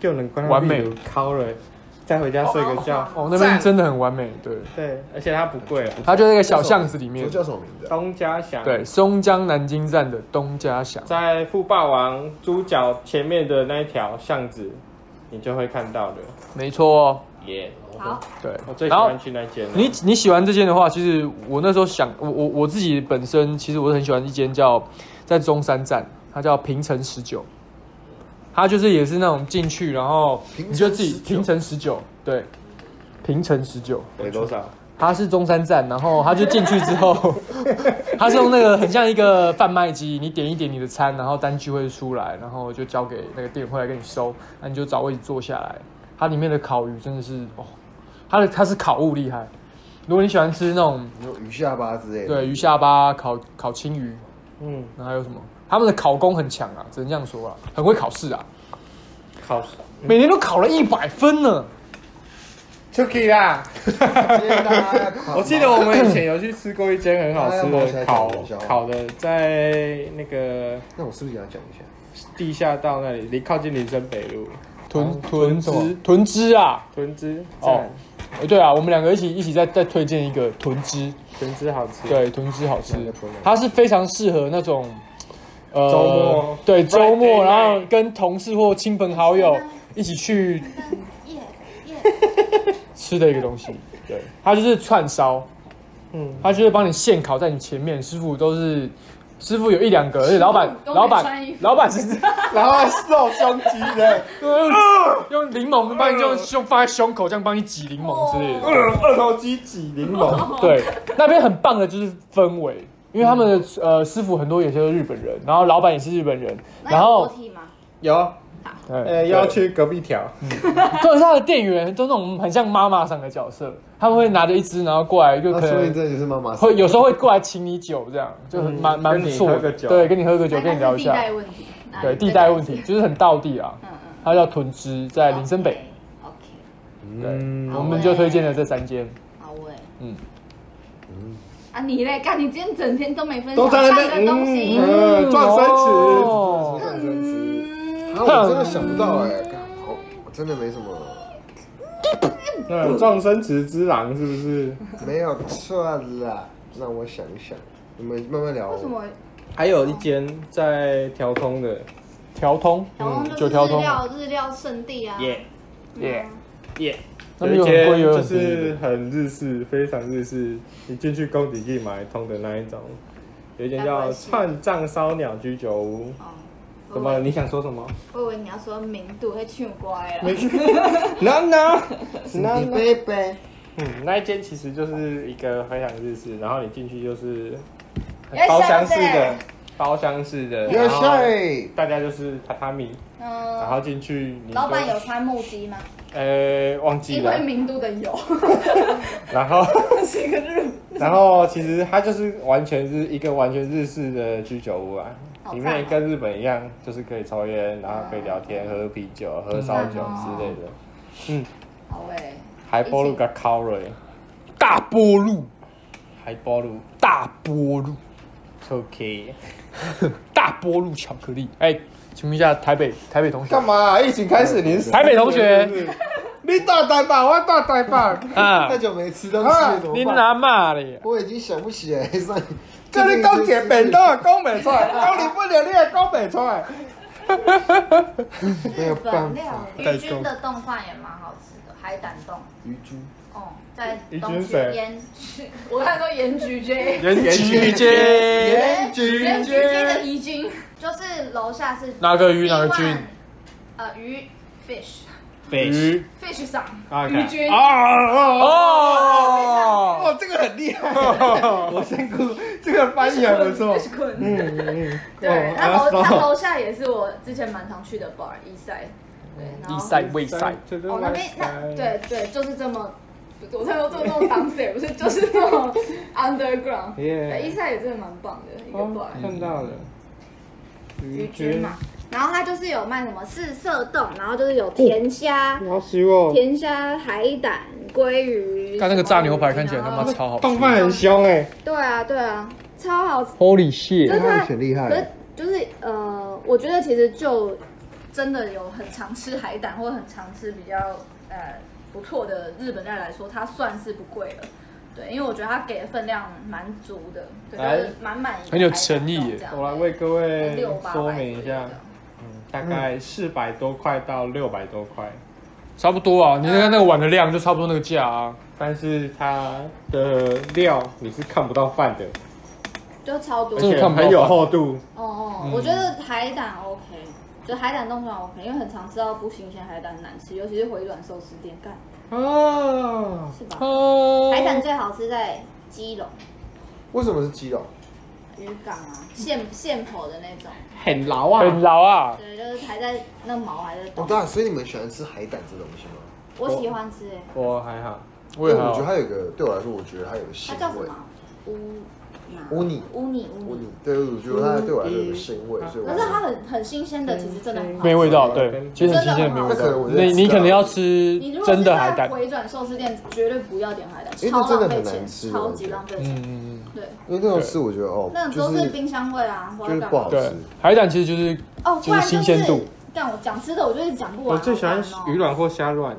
Speaker 1: 就能关
Speaker 4: 完美
Speaker 1: 烤了，再回家睡个觉。
Speaker 4: 哦，那边真的很完美，对，
Speaker 1: 对，而且它不贵啊。
Speaker 4: 它就在那个小巷子里面
Speaker 2: 这，叫什么名字啊？
Speaker 1: 东家祥
Speaker 4: 对，松江南京站的东家祥。
Speaker 1: 在富霸王猪脚前面的那一条巷子，你就会看到的。
Speaker 4: 没错、哦，
Speaker 1: 耶、
Speaker 5: 好，
Speaker 1: 我
Speaker 4: 对。
Speaker 1: 最喜
Speaker 4: 然后
Speaker 1: 欢去那间了。啊
Speaker 4: 你你喜欢这间的话，其实我那时候想，我我我自己本身其实我是很喜欢一间叫在中山站，它叫平城十九，它就是也是那种进去然后
Speaker 2: 平城
Speaker 4: 你就自己
Speaker 2: 19
Speaker 4: 平城十九，对，平城十九。
Speaker 1: 给多少？
Speaker 4: 它是中山站，然后它就进去之后，它是用那个很像一个贩卖机，你点一点你的餐，然后单据会出来，然后就交给那个店员会来给你收，那你就找位置坐下来。它里面的烤鱼真的是哦，它的它是烤物厉害。如果你喜欢吃那种
Speaker 2: 你说鱼下巴之类的。
Speaker 4: 对鱼下巴烤烤青鱼，
Speaker 1: 嗯，
Speaker 4: 然后还有什么？他们的烤工很强啊，只能这样说啊，很会考试啊，
Speaker 1: 烤
Speaker 4: 每年都考了一百分呢。
Speaker 1: Chucky 啊啦。
Speaker 2: 我
Speaker 1: 我记得我们以前有去吃过一间很好吃的烤
Speaker 2: 大家冒起来
Speaker 1: 烤的，在那个
Speaker 2: 那我是不是也要讲一下？
Speaker 1: 地下道那里，离靠近林森北路
Speaker 4: 豚
Speaker 1: 豚
Speaker 4: 豚
Speaker 1: 汁
Speaker 4: 哦汁豚汁啊，
Speaker 1: 豚汁
Speaker 4: 哦
Speaker 1: 哦，，
Speaker 4: 对啊，我们两个一起一起再再推荐一个豚汁，
Speaker 1: 豚汁好吃。，
Speaker 4: 对，豚汁好吃
Speaker 2: 两个豚汁，
Speaker 4: 它是非常适合那种，呃，
Speaker 1: 周末
Speaker 4: 对周
Speaker 1: Friday
Speaker 4: 末，
Speaker 1: night
Speaker 4: 然后跟同事或亲朋好友一起去
Speaker 5: 耶耶，
Speaker 4: 吃的一个东西。对，它就是串烧，
Speaker 1: 嗯，
Speaker 4: 它就是帮你现烤在你前面，师傅都是师傅有一两个，而且老板
Speaker 5: 跟我们
Speaker 4: 老
Speaker 5: 穿衣
Speaker 4: 板
Speaker 5: 服
Speaker 4: 老板是
Speaker 1: 然后肉胸肌的，
Speaker 4: 用用柠檬帮你用胸放在胸口，这样帮你挤柠檬之类的。
Speaker 5: 哦
Speaker 1: 二头肌挤柠檬，
Speaker 4: 对，那边很棒的就是氛围，因为他们的呃师傅很多也是日本人，然后老板也是日本人，然后
Speaker 5: 体嘛，
Speaker 1: 有呃
Speaker 4: 对，
Speaker 1: 要去隔壁条，
Speaker 4: 特别是他的店员都那种很像妈妈上的角色，他们会拿着一只然后过来，就
Speaker 2: 那
Speaker 1: 啊
Speaker 4: 可
Speaker 2: 说明
Speaker 4: 能
Speaker 2: 这就是妈妈。
Speaker 4: 会有时候会过来请你酒，这样就很
Speaker 1: 嗯
Speaker 4: 蛮蛮不错
Speaker 1: 跟你喝
Speaker 4: 的，
Speaker 1: 个酒
Speaker 4: 对，跟你喝个酒，跟你聊一
Speaker 5: 地
Speaker 4: 下
Speaker 5: 带，问题，
Speaker 4: 对，地带问题就是很道地啊，
Speaker 5: 嗯嗯，
Speaker 4: 它叫豚汁，在林森北，
Speaker 5: ，OK，
Speaker 4: 对，
Speaker 5: 好
Speaker 4: 我们就推荐了这三间，
Speaker 5: 好喂，
Speaker 4: 嗯，
Speaker 5: 啊你嘞，看你今天整天都没分
Speaker 1: 都
Speaker 5: 享
Speaker 1: 在那
Speaker 5: 看
Speaker 1: 边
Speaker 5: 的东西，
Speaker 1: 嗯撞生词，
Speaker 4: 哦
Speaker 2: 这样子
Speaker 5: 嗯，
Speaker 2: 啊，我真的想不到哎，干好，我真的没什么，
Speaker 1: 嗯，撞生词之狼是不是？
Speaker 2: 没有错啦。让我想一想，你们慢慢聊。
Speaker 5: 为什么？
Speaker 1: 还有一间在调通的，
Speaker 4: 调通，
Speaker 1: 嗯
Speaker 5: 然后
Speaker 4: 九
Speaker 5: 就是
Speaker 4: 条
Speaker 5: 日
Speaker 4: 通，
Speaker 5: 料日料圣地啊，
Speaker 1: 耶，
Speaker 5: 耶，
Speaker 4: 那
Speaker 1: 有
Speaker 4: 边
Speaker 1: 一
Speaker 4: 有很贵
Speaker 1: 间就
Speaker 4: 也有很便宜
Speaker 1: 是
Speaker 4: 的。
Speaker 1: 很日式，非常日式，你进去宫底去买通的那一种。有一间
Speaker 5: 该不
Speaker 1: 叫
Speaker 5: 会是
Speaker 1: 串藏烧鸟居酒屋，
Speaker 5: 哦，
Speaker 1: 怎么？你想说什么？
Speaker 5: 我以为你要说明度会唱乖了，
Speaker 1: no no no
Speaker 2: 你
Speaker 1: no。
Speaker 2: 贝贝，
Speaker 1: 嗯，那一间其实就是一个非常日式，然后你进去就是
Speaker 5: 要
Speaker 1: 包厢式
Speaker 5: 下
Speaker 1: 的
Speaker 5: 载，
Speaker 1: 包厢式的，
Speaker 2: 要
Speaker 1: 然后
Speaker 2: 帅，
Speaker 1: 大家就是榻榻米，然
Speaker 5: 嗯，
Speaker 1: 后进去你就
Speaker 5: 老板有穿木屐吗？
Speaker 1: 呃忘记
Speaker 5: 因
Speaker 1: 了
Speaker 5: 为，明度的有，
Speaker 1: 然后
Speaker 5: 是一个日本，
Speaker 1: 然后其实它就是完全是一个完全日式的居酒屋啊
Speaker 5: 好，
Speaker 1: 里
Speaker 5: 赞
Speaker 1: 面
Speaker 5: 哦
Speaker 1: 跟日本一样，就是可以抽烟，然后可以聊天、喝啤酒、喝烧酒之类的，
Speaker 5: 哦好哎，
Speaker 1: 还包入个烤瑞，
Speaker 4: 大波路，
Speaker 1: 还包入
Speaker 4: 大波路，
Speaker 1: OK，
Speaker 4: 大波路巧克力。哎，请问一下台北台北同学
Speaker 1: 干，嘛？疫情开始你是
Speaker 4: 台北同学
Speaker 1: 你大呆吧，我大呆吧。
Speaker 4: 啊
Speaker 2: 太，久没吃东西了，怎
Speaker 4: 你
Speaker 2: 么办？
Speaker 4: 哪骂嘞？
Speaker 2: 我已经想不起来上，
Speaker 1: 叫你讲解本都讲不出来，讲你不了你也讲不出来。
Speaker 2: 没有办
Speaker 5: 本
Speaker 2: 法
Speaker 5: 料。鱼君的冻饭也蛮好吃的，海胆冻。
Speaker 2: 鱼珠，
Speaker 5: 哦，在
Speaker 1: 宜
Speaker 5: 东
Speaker 1: 君
Speaker 5: 区
Speaker 1: 谁
Speaker 5: 盐，我看过盐焗 J，
Speaker 1: 人
Speaker 4: 菊街
Speaker 2: 盐
Speaker 5: 盐
Speaker 2: 焗
Speaker 5: 焗 J 的宜君，就是楼下是
Speaker 4: 哪个鱼哪个君？
Speaker 5: 呃，鱼 fish
Speaker 4: 鱼
Speaker 5: fish 上
Speaker 1: 啊
Speaker 5: 鱼君，
Speaker 4: 哦，
Speaker 1: 哦，这个很厉害， 我先哭，这个翻译还不 错。
Speaker 5: fish 坤。
Speaker 1: 嗯嗯，
Speaker 5: 对，他楼他楼下也是我之前蛮常去的 bar 一赛，对，然后
Speaker 4: 一赛未赛，
Speaker 5: 哦那边那对对，就是这么。我才说这种 downstairs 不是就是这种
Speaker 1: Yeah 哦
Speaker 5: underground，对，伊赛也真的蛮棒的一个 bar，
Speaker 1: 看到了，
Speaker 5: 鱼君嘛，然后它就是有卖什么四色冻，然后就是有甜虾、
Speaker 1: 好喜哦，
Speaker 5: 甜虾、海胆、鲑鱼。
Speaker 4: 看那个炸牛排看起来他
Speaker 5: 然
Speaker 4: 妈
Speaker 5: 后
Speaker 4: 超好吃
Speaker 1: 动漫很凶哎，
Speaker 5: 对啊，对啊，超好吃。
Speaker 4: ，Holy
Speaker 5: 可
Speaker 4: shit！
Speaker 5: 是它
Speaker 2: 那很
Speaker 4: 哎
Speaker 2: 厉害
Speaker 5: 可是就是呃，我觉得其实就真的有很常吃海胆，或很常吃比较呃不错的日本料理来说，它算是不贵了。对，因为我觉得它给的分量蛮足的，对，
Speaker 1: 哎
Speaker 5: 就是满满一个
Speaker 4: 很有
Speaker 5: 海胆
Speaker 4: 诚意
Speaker 5: 冻
Speaker 4: 耶
Speaker 5: 这样
Speaker 1: 我来为各位
Speaker 5: 六八百
Speaker 1: 说
Speaker 5: 左右
Speaker 1: 明一
Speaker 5: 这样
Speaker 1: 下，嗯，大概四百多块到六百多块。
Speaker 4: 差不多啊，你那个那个碗的量就差不多那个价啊。
Speaker 1: 但是它的料你是看不到饭的，
Speaker 5: 就超多
Speaker 1: 而
Speaker 4: 这。个
Speaker 1: 且
Speaker 4: 看不到饭
Speaker 1: 很有厚度。
Speaker 5: 哦
Speaker 2: 嗯
Speaker 5: 哦，我觉得海胆 OK，就海胆冻算 OK，因为很常吃到不新鲜海胆很难吃，尤其是回转寿司店干
Speaker 1: 哦，
Speaker 5: 是吧？
Speaker 4: 哦
Speaker 5: 海胆最好吃在基隆
Speaker 2: 为什么是鸡肉？
Speaker 5: 渔港啊，现现口的那种，
Speaker 1: 很牢啊
Speaker 4: 很老啊，
Speaker 5: 对，就是还在那毛还在
Speaker 2: 哦
Speaker 5: 动，。
Speaker 2: 当然，所以你们喜欢吃海胆这东西吗？
Speaker 5: 我喜欢吃欸，
Speaker 1: 我还好，
Speaker 4: 我也
Speaker 2: 因为
Speaker 4: 好
Speaker 2: 我觉得它有一个，对我来说，我觉得它有个
Speaker 5: 它
Speaker 2: 腥
Speaker 5: 叫什
Speaker 2: 味。
Speaker 5: 么？乌哪
Speaker 2: 乌尼
Speaker 5: 乌尼
Speaker 2: 我
Speaker 5: 乌
Speaker 2: 你
Speaker 5: 尼，
Speaker 2: 对，我觉得它对我来说有个腥味，所以我
Speaker 5: 可是它很很新鲜的，其实真的很好吃
Speaker 4: 没味道，对，其实很新鲜，没味
Speaker 2: 那可能
Speaker 4: 道。
Speaker 2: 我就
Speaker 4: 你你
Speaker 2: 知道
Speaker 4: 可能要吃
Speaker 5: 你如果
Speaker 4: 真
Speaker 5: 是
Speaker 4: 的海
Speaker 5: 在
Speaker 4: 胆，
Speaker 5: 回转寿司店，绝对不要点海胆，
Speaker 2: 因为
Speaker 5: 超
Speaker 2: 那真的
Speaker 5: 浪费
Speaker 2: 很难
Speaker 5: 钱，
Speaker 2: 吃
Speaker 5: 超
Speaker 2: 我
Speaker 5: 级
Speaker 2: 觉得
Speaker 5: 浪费
Speaker 4: 嗯
Speaker 5: 钱。
Speaker 4: 嗯嗯，
Speaker 5: 对，
Speaker 2: 因为那种吃我觉得哦
Speaker 5: 那，种
Speaker 2: 就
Speaker 5: 都是
Speaker 2: 是
Speaker 5: 冰箱味啊，或
Speaker 2: 就
Speaker 5: 者
Speaker 2: 是
Speaker 5: 干
Speaker 2: 不
Speaker 5: 嘛
Speaker 2: 好。
Speaker 4: 对
Speaker 2: 吃，
Speaker 4: 海胆其实就是
Speaker 5: 哦，突然
Speaker 4: 就是新
Speaker 5: 就
Speaker 4: 鲜度
Speaker 5: 是，但我讲吃的，我就是讲不完。
Speaker 1: 我最喜欢
Speaker 5: 好
Speaker 1: 鱼
Speaker 5: 烦哦
Speaker 1: 卵或虾卵，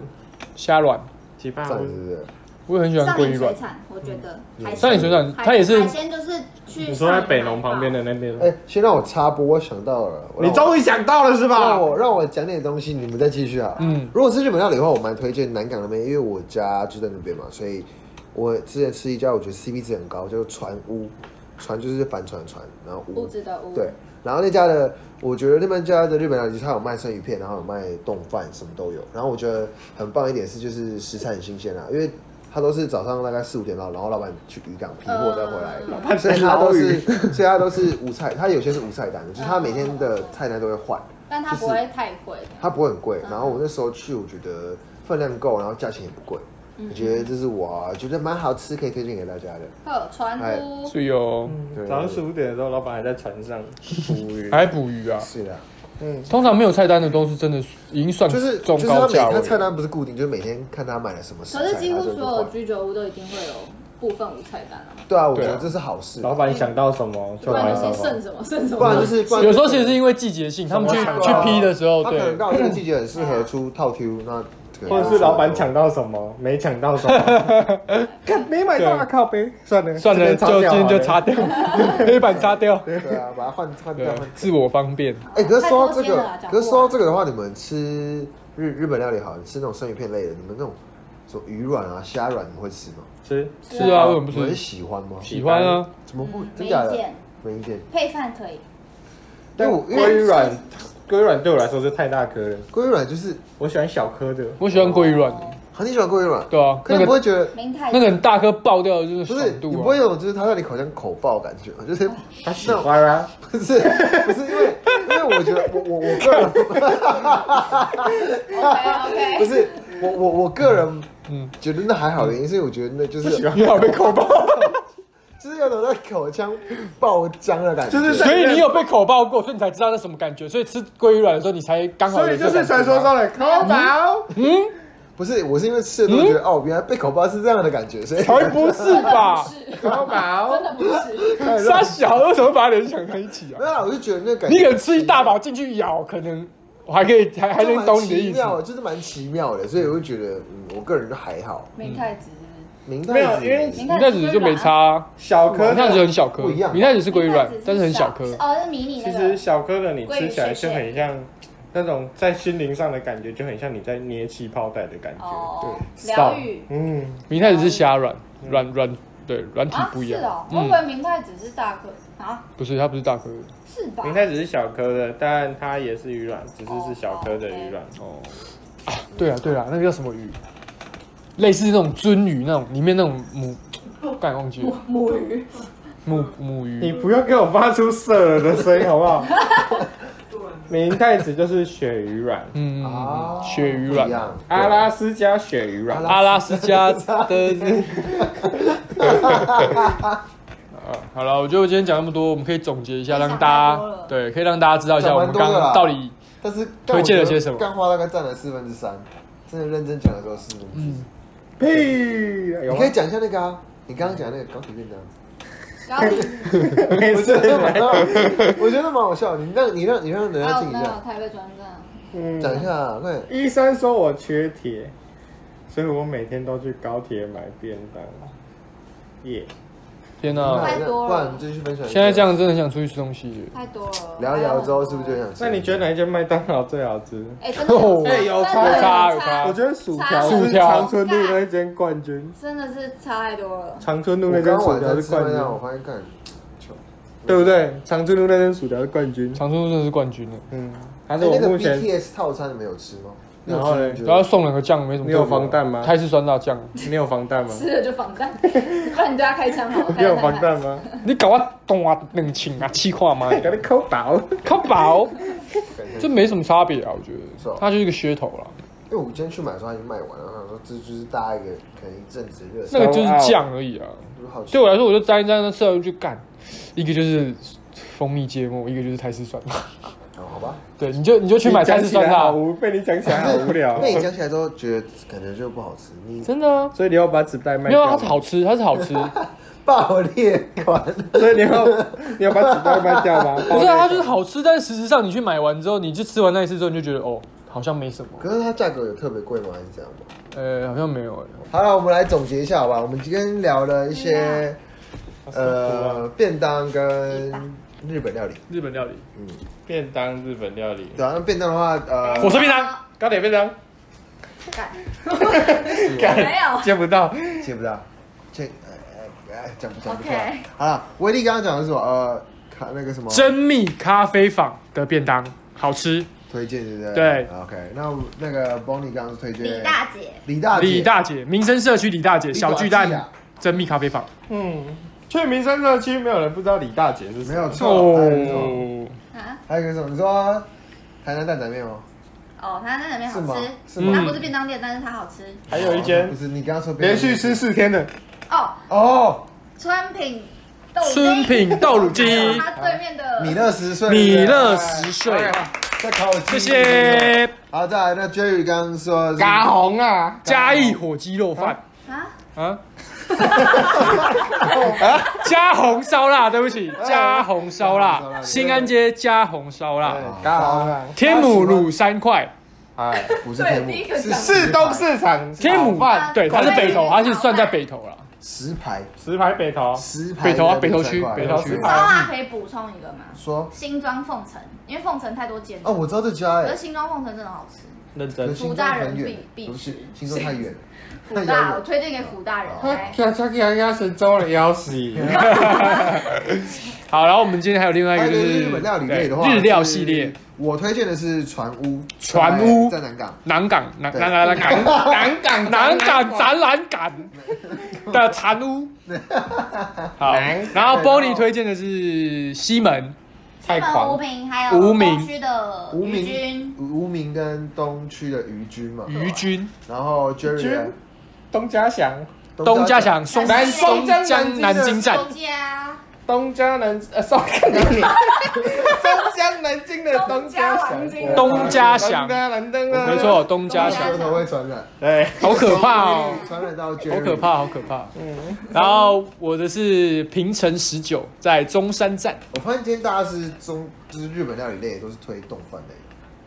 Speaker 4: 虾卵，
Speaker 1: 几巴
Speaker 2: 赞，是不是？
Speaker 4: 我也很喜欢
Speaker 5: 上
Speaker 4: 鲑
Speaker 5: 岭
Speaker 4: 鱼卵
Speaker 5: 水。产，我觉得
Speaker 2: 嗯
Speaker 5: 海
Speaker 4: 上野
Speaker 5: 鲜
Speaker 4: 水产
Speaker 5: 海
Speaker 4: 它也是
Speaker 5: 海鲜，就是去
Speaker 1: 你说在
Speaker 5: 上
Speaker 1: 北
Speaker 5: 海
Speaker 1: 农旁边的那边，
Speaker 2: 哎，先让我插播，我想到了，
Speaker 1: 你终
Speaker 2: 于
Speaker 1: 于想到了是吧
Speaker 2: 让？我让我讲点东西，你们再继续啊。
Speaker 4: 嗯，
Speaker 2: 如果是日本料理的话，我蛮推荐南港那边，因为我家就在那边嘛，所以我之前吃一家，我觉得 CP 值很高，叫做船屋，船就是帆船的船，然后
Speaker 5: 吧
Speaker 2: 屋
Speaker 5: 屋子的屋，
Speaker 2: 对，然后那家的，我觉得那边家的日本料理，它有卖生鱼片，然后有卖冻饭，什么都有。然后我觉得很棒一点是，就是食材很新鲜啊，因为它都是早上大概四五点到，然后老板去渔港批货再回来，
Speaker 5: 哦
Speaker 1: 板
Speaker 2: 所以
Speaker 1: 在
Speaker 2: 它
Speaker 1: 捞
Speaker 2: 都是
Speaker 1: 鱼，
Speaker 2: 所以它都是无菜，它有些是无菜单的，就是它每天的菜单都会换，
Speaker 5: 但它不会太贵。
Speaker 2: 它不会很
Speaker 5: 嗯
Speaker 2: 贵。然后我那时候去，我觉得分量够，然后价钱也不贵，
Speaker 5: 嗯
Speaker 2: 我觉得这是我觉得蛮好吃，可以推荐给大家的。
Speaker 5: 会有船屋，
Speaker 2: 哎
Speaker 4: 所以有
Speaker 2: 对
Speaker 1: 早上十五点的时候，老板还在船 上哎捕鱼。
Speaker 4: 还捕鱼啊。
Speaker 2: 是的。
Speaker 4: 通常没有菜单的都是真的已经算
Speaker 2: 就是就
Speaker 4: 中
Speaker 2: 是他
Speaker 4: 高
Speaker 2: 每
Speaker 4: 价
Speaker 2: 他
Speaker 4: 位。
Speaker 2: 菜单不是固定，就是每天看他买了什么食材。
Speaker 5: 可是几乎
Speaker 2: 他就会
Speaker 5: 所有
Speaker 2: 换
Speaker 5: 居酒屋都一定会有部分无菜单啊，
Speaker 2: 对啊，我觉
Speaker 4: 对啊
Speaker 2: 得这是好事。
Speaker 1: 老板想到什么就
Speaker 5: 不然
Speaker 1: 买
Speaker 5: 那些
Speaker 1: 什
Speaker 5: 剩
Speaker 1: 么。
Speaker 5: 什么剩什
Speaker 2: 啊不然
Speaker 5: 么
Speaker 2: 就。是不然
Speaker 4: 嗯有时候其实是因为季节性，他们去
Speaker 2: 对啊
Speaker 4: 去批的时候，
Speaker 2: 他可
Speaker 4: 对
Speaker 2: 能，到这个季节很适合出套 Q，那对啊
Speaker 1: 或者是老板抢到什么，没抢到什么，看没买到啊，
Speaker 4: 对
Speaker 1: 靠背，算了，
Speaker 4: 算
Speaker 1: 这
Speaker 4: 了，
Speaker 1: 边
Speaker 4: 就
Speaker 2: 啊
Speaker 4: 今
Speaker 1: 掉
Speaker 4: 天
Speaker 1: 好
Speaker 4: 就
Speaker 1: 了
Speaker 4: 擦掉， 黑板擦掉，
Speaker 2: 对啊，把它 换换掉
Speaker 4: 对
Speaker 2: 换掉，。
Speaker 4: 自我方便。
Speaker 2: 哎、可是说到这
Speaker 5: 太多天了
Speaker 2: 个
Speaker 5: 啦，讲不
Speaker 2: 可
Speaker 5: 完啊
Speaker 2: 是说到这个的话，你们吃日日本料理好，你吃那种生鱼片类的，你们那种什么鱼卵啊、虾卵，你们会吃吗？
Speaker 1: 吃
Speaker 5: 是
Speaker 4: 是啊，为什么
Speaker 2: 你
Speaker 4: 不
Speaker 2: 们
Speaker 4: 是？
Speaker 2: 喜欢吗？
Speaker 4: 喜欢啊，
Speaker 2: 怎么会？真
Speaker 5: 嗯没
Speaker 2: 假
Speaker 5: 意
Speaker 2: 的？
Speaker 5: 见，
Speaker 2: 没意见。
Speaker 5: 配饭可
Speaker 2: 因
Speaker 5: 以。
Speaker 2: 为
Speaker 1: 但
Speaker 2: 我因
Speaker 1: 龟
Speaker 2: 为
Speaker 1: 软，龟软对我来说是太大颗了，
Speaker 2: 鲑鱼卵就是，
Speaker 1: 我喜欢小颗的。
Speaker 4: 我喜欢鲑鱼卵，
Speaker 2: 啊，你喜欢鲑鱼卵？
Speaker 4: 对啊，
Speaker 2: 可是
Speaker 4: 那
Speaker 2: 你不
Speaker 4: 个
Speaker 2: 会觉得，
Speaker 5: 明太
Speaker 4: 那个很大颗爆掉的就
Speaker 2: 不是
Speaker 4: 是爽
Speaker 2: 你
Speaker 4: 度
Speaker 2: 不
Speaker 4: 啊哦
Speaker 2: 会。有就是它在你口腔口爆的感觉吗，就是
Speaker 1: 他喜欢啊，
Speaker 2: 不是不是因为因为我觉得我我我个人
Speaker 5: OK
Speaker 2: 不
Speaker 5: OK，
Speaker 2: 是我我我个人
Speaker 4: 嗯
Speaker 2: 觉得那还好，原因是我觉得那就是
Speaker 1: 喜欢
Speaker 4: 你好被口 爆，
Speaker 2: 就是有种在口腔爆浆的感觉，
Speaker 1: 就是
Speaker 4: 所以你有被口爆过，所以你才知道那什么感觉。所以吃鲑鱼卵的时候，你才刚好有
Speaker 1: 所
Speaker 4: 这
Speaker 1: 以
Speaker 4: 感
Speaker 1: 就
Speaker 4: 觉啊。
Speaker 1: 是传说中的抠宝，
Speaker 2: 不是，我是因为吃了都觉得、哦，原来被口爆是这样的感觉，所以
Speaker 4: 嗯才不是 吧？
Speaker 1: 抠宝
Speaker 5: 真。的不是，
Speaker 2: 哦
Speaker 4: 傻小，为什么把它联想在一起 啊
Speaker 2: 没？有啦，我就觉得那个感觉，
Speaker 4: 你可能吃一大把进去咬，可能我还可以还还能懂你的意
Speaker 2: 就蛮奇妙
Speaker 4: 思。
Speaker 2: 的就是蛮奇妙的，所以我就觉得，嗯，我个人就还好。
Speaker 5: 明太子，
Speaker 2: 明
Speaker 1: 没
Speaker 2: 太
Speaker 1: 有
Speaker 2: 子
Speaker 1: 因为
Speaker 4: 明
Speaker 5: 明
Speaker 4: 太子就没差、啊，
Speaker 1: 小
Speaker 4: 明
Speaker 1: 颗
Speaker 4: 太子
Speaker 1: 的，
Speaker 4: 很小颗，
Speaker 2: 不一样
Speaker 4: 明太子是鲑鱼卵，但是很小颗
Speaker 5: 明。太子哦，是迷你
Speaker 1: 其
Speaker 5: 那
Speaker 1: 实
Speaker 5: 个，
Speaker 1: 小颗的你吃起来就很像那种在心灵上的感觉，就很像你在捏气泡带的感觉。
Speaker 5: 哦，
Speaker 1: 对
Speaker 5: 疗愈
Speaker 1: 嗯，
Speaker 4: 明太子是虾卵，
Speaker 2: 嗯
Speaker 4: 软软对软体
Speaker 5: 啊，
Speaker 4: 不一
Speaker 5: 是
Speaker 4: 样。
Speaker 5: 哦，我以
Speaker 4: 嗯，
Speaker 5: 为明太子是大颗啊，
Speaker 4: 不是它不是大颗的
Speaker 5: 是吧？
Speaker 1: 明太子是小颗的，但它也是鱼卵，只是是小颗的鱼卵。
Speaker 4: 哦。啊，对啊对啊，那个叫什么鱼？类似那种鳟鱼那种，里面那种母，干忘记了
Speaker 5: 母鱼，
Speaker 4: 母母
Speaker 1: 你
Speaker 4: 鱼。嗯
Speaker 1: 不要给我发出色的声音好不好？ 明太子就是鳕鱼卵，
Speaker 4: 嗯，嗯嗯
Speaker 2: 啊，
Speaker 4: 鳕鱼
Speaker 2: 不一
Speaker 4: 卵，
Speaker 2: 样，
Speaker 1: 阿拉斯加鳕鱼卵。
Speaker 4: 阿拉斯加的。 啊好了，我觉得今天讲那么多，我们可以总结一下，让大
Speaker 5: 讲太多
Speaker 4: 家
Speaker 5: 了
Speaker 4: 对，可以让大家知道一下
Speaker 2: 讲
Speaker 4: 我
Speaker 2: 蛮
Speaker 4: 们
Speaker 2: 多的
Speaker 4: 刚
Speaker 2: 啦
Speaker 4: 刚到底
Speaker 2: 但是
Speaker 4: 推荐了些什么
Speaker 2: 干花大概占了四分之三，真的认真讲的时候四分之
Speaker 4: 嗯
Speaker 2: 三。
Speaker 1: 屁！有
Speaker 2: 你
Speaker 1: 吗
Speaker 2: 可以讲一下那个啊，你刚刚讲那个高铁便当，
Speaker 5: 然后你
Speaker 1: 没
Speaker 2: 我
Speaker 1: 事
Speaker 2: 觉。得蛮好，我觉得蛮好笑。你让你让你让人家
Speaker 5: 还有
Speaker 2: 听一
Speaker 5: 那个
Speaker 2: 下，
Speaker 5: 台北转站，
Speaker 1: 嗯
Speaker 2: 讲一下啊，快点。
Speaker 1: 医生说我缺铁，所以我每天都去高铁买便当。耶、
Speaker 4: 天哪、
Speaker 2: 那
Speaker 5: 太多了
Speaker 2: 不然你继续分享一下。
Speaker 4: 现在这样真的很想出去吃东西
Speaker 5: 太多了，
Speaker 2: 聊一聊之后，是不是就想吃？
Speaker 1: 那你觉得哪一间麦当劳最好吃？
Speaker 5: 哎，真的有
Speaker 4: 哎
Speaker 1: 有
Speaker 5: 真
Speaker 1: 差有
Speaker 4: 差
Speaker 5: 的
Speaker 4: 有差
Speaker 2: 啊
Speaker 5: 差
Speaker 1: 我觉得薯
Speaker 5: 差
Speaker 1: 条
Speaker 5: 很
Speaker 1: 是
Speaker 4: 多
Speaker 1: 长春路那一间冠军，
Speaker 5: 真的是差太多了。
Speaker 1: 长春路
Speaker 2: 我
Speaker 1: 那间
Speaker 2: 刚刚
Speaker 1: 薯
Speaker 2: 晚
Speaker 1: 条
Speaker 2: 上
Speaker 1: 是
Speaker 2: 吃饭
Speaker 1: 冠
Speaker 2: 量，我
Speaker 1: 军，
Speaker 2: 发现干，球
Speaker 1: 对不对？长春路那间薯条是冠军。
Speaker 4: 长春路真的是冠军了，
Speaker 1: 嗯，还
Speaker 2: 哎
Speaker 1: 是我
Speaker 2: 那个
Speaker 1: 目前
Speaker 2: BTS 套餐你们有吃吗？你有
Speaker 1: 然后嘞
Speaker 2: 吃
Speaker 4: 然后
Speaker 2: 吗
Speaker 4: 送两个酱，没什么特别。
Speaker 1: 你有防弹吗
Speaker 4: 泰式酸辣酱，
Speaker 1: 你有防弹吗？
Speaker 5: 吃了就防弹，不然你对他开枪好 了。
Speaker 1: 你有防弹吗？
Speaker 4: 你搞我懂啊，冷清啊，气化 吗？
Speaker 1: 给你抠薄。
Speaker 4: 靠饱，
Speaker 2: 你觉得？
Speaker 4: 这没什么差别啊，我觉
Speaker 2: 是哦
Speaker 4: 得，它就是一个噱头啦，
Speaker 2: 因为我今天去买的时候它已经卖完了，然后说这就是大家一个可能一阵子热搜，
Speaker 4: 那个就是酱而已啊。
Speaker 2: 就是好吃
Speaker 4: 对。我来说，我就沾一沾，那吃完就干，一个就是蜂蜜芥末，一个就是泰式酸辣。
Speaker 2: 哦好吧，
Speaker 4: 对，你就你就去买泰式酸
Speaker 1: 好
Speaker 4: 辣，
Speaker 1: 无，被你讲起来好无 聊
Speaker 2: 那。你讲起来之后觉得感觉就不好吃，你
Speaker 4: 真的啊，
Speaker 1: 所以你要把纸袋卖
Speaker 4: 没有
Speaker 1: 掉
Speaker 4: 啊，它是
Speaker 1: 吗，
Speaker 4: 好吃，它是好吃，
Speaker 2: 爆裂款。
Speaker 1: 所以你要 你要把纸袋卖掉吗？
Speaker 4: 不是啊，它就是好吃，但是事实上你去买完之后，你就吃完那一次之后，你就觉得哦，好像没什么，
Speaker 2: 可是它价格有特别贵吗？还是这样吗？
Speaker 4: 呃，好像没有哎、
Speaker 2: 好了，我们来总结一下好吧。我们今天聊了一
Speaker 1: 哎
Speaker 2: 些
Speaker 1: 啊
Speaker 2: 呃便当跟日本料理，
Speaker 4: 日本料理，
Speaker 2: 嗯，
Speaker 1: 便当日本料理，
Speaker 2: 对啊，那便当的话，呃，
Speaker 4: 火车便当，
Speaker 1: 高铁便当
Speaker 5: 没有，
Speaker 1: 见不到，
Speaker 2: 接不到，这哎哎哎讲不讲不出来
Speaker 5: OK。
Speaker 2: 好了，威力刚刚讲的是什么？呃，卡那个什么
Speaker 4: 珍蜜咖啡坊的便当好吃，
Speaker 2: 推荐，对不对？啊
Speaker 4: 对
Speaker 2: ，OK。那我那个 Bonnie 刚刚是推荐
Speaker 5: 李大姐，
Speaker 2: 李大姐
Speaker 4: 李大姐，民生社区李大姐，
Speaker 2: 李
Speaker 4: 小
Speaker 2: 大
Speaker 4: 巨
Speaker 2: 姐
Speaker 4: 蛋
Speaker 2: 啊
Speaker 4: 珍蜜咖啡坊，
Speaker 1: 嗯，去民生社区没有人不知道李大姐是谁，
Speaker 2: 没有错，还有一种
Speaker 4: 哦，
Speaker 5: 啊，
Speaker 2: 还有一个什么？你说台南蛋仔面吗？
Speaker 5: 哦，他那里面好
Speaker 2: 是吗
Speaker 5: 吃，
Speaker 2: 是
Speaker 4: 吗
Speaker 5: 它不是便当店，但是它好吃。
Speaker 1: 嗯还有一
Speaker 2: 哦
Speaker 1: 间
Speaker 2: 不是你刚刚说便
Speaker 1: 连
Speaker 2: 当
Speaker 1: 续吃四天的，
Speaker 5: 哦，
Speaker 2: 哦，
Speaker 5: 川品豆丁
Speaker 4: 春品豆乳
Speaker 5: 还有
Speaker 4: 鸡，
Speaker 5: 它对啊面的
Speaker 2: 米勒十岁，
Speaker 4: 米勒
Speaker 2: 对不对
Speaker 4: 十岁
Speaker 2: 哎在考我记
Speaker 4: 谢
Speaker 2: 忆
Speaker 4: 谢
Speaker 2: 好，再来，那 Jerry 刚刚说是
Speaker 1: 嘎红啊，
Speaker 4: 嘉义火鸡肉饭
Speaker 5: 啊，
Speaker 4: 啊， 嘉红烧腊，对不起，嘉红
Speaker 2: 嘉红烧
Speaker 4: 烧腊，
Speaker 2: 腊
Speaker 4: 新安街嘉红烧腊，
Speaker 1: 嘎红啊，
Speaker 4: 天母卤三块，
Speaker 1: 哎，
Speaker 2: 不是天
Speaker 7: 对第一
Speaker 2: 幕，
Speaker 7: 个
Speaker 2: 是
Speaker 7: 讲
Speaker 1: 市
Speaker 2: 石
Speaker 1: 东
Speaker 2: 牌，
Speaker 1: 市场
Speaker 4: 天母
Speaker 1: 炒饭，
Speaker 4: 对，它是北投，它是算在北投啦。
Speaker 2: 石牌，
Speaker 1: 石牌北投，
Speaker 2: 石牌，
Speaker 4: 北投啊，北投区，北投
Speaker 1: 石
Speaker 4: 区
Speaker 5: 烧。
Speaker 1: 牌
Speaker 5: 腊可以补充一个吗？
Speaker 2: 说
Speaker 5: 新庄凤城，因为凤城太多间了
Speaker 2: 哦，我知道这家
Speaker 5: 可是
Speaker 2: 哎，
Speaker 5: 新庄凤城真的好吃。
Speaker 1: 认
Speaker 2: 可
Speaker 1: 真
Speaker 2: 是。新
Speaker 5: 福
Speaker 2: 庄
Speaker 5: 大
Speaker 2: 很
Speaker 5: 人
Speaker 2: 远，
Speaker 5: 必
Speaker 2: 对不起
Speaker 5: 必，吃
Speaker 2: 新庄太远，太
Speaker 5: 福
Speaker 2: 遥
Speaker 5: 大，
Speaker 2: 远
Speaker 5: 我
Speaker 2: 了。
Speaker 5: 推荐给福大人。
Speaker 2: 哦
Speaker 5: 来
Speaker 1: 跳跳跳跳神州的要死！
Speaker 4: 好，然后我们今天还有另外一个就
Speaker 2: 还有一
Speaker 4: 是
Speaker 2: 个日本料理类的话，
Speaker 4: 对日料系列
Speaker 2: 是，，我推荐的是船屋，
Speaker 4: 船屋
Speaker 2: 在南港，
Speaker 4: 南港南
Speaker 2: 对
Speaker 4: 南南南港南港南港展览 馆的残 屋。好，然后 Bonnie 推荐的是西门，
Speaker 1: 太
Speaker 5: 他们
Speaker 1: 狂
Speaker 5: 无
Speaker 1: 了，
Speaker 5: 名还有
Speaker 4: 无名
Speaker 5: 东区的
Speaker 2: 无
Speaker 5: 余
Speaker 2: 名
Speaker 5: 军，
Speaker 2: 无名跟东区的渔军嘛，
Speaker 4: 于军、
Speaker 2: 然后 Jerry
Speaker 1: 东家祥，
Speaker 4: 东家，祥、松
Speaker 5: 南
Speaker 4: 松江南京站
Speaker 5: 周家
Speaker 1: 东家南呃，稍微看你，东江南京的东家祥，
Speaker 4: 东家祥
Speaker 1: 东家南京啊，
Speaker 4: 没，错，东家
Speaker 5: 东
Speaker 4: 祥
Speaker 5: 家，
Speaker 2: 舌头会传染，
Speaker 1: 对，
Speaker 4: 好可怕哦，
Speaker 2: 传染到 Jerry，
Speaker 4: 好可。怕，哦好可怕。然后我的是平成十九，在中山站。
Speaker 2: 我发现今天大家是中，就是日本料理类都是推冻饭类的，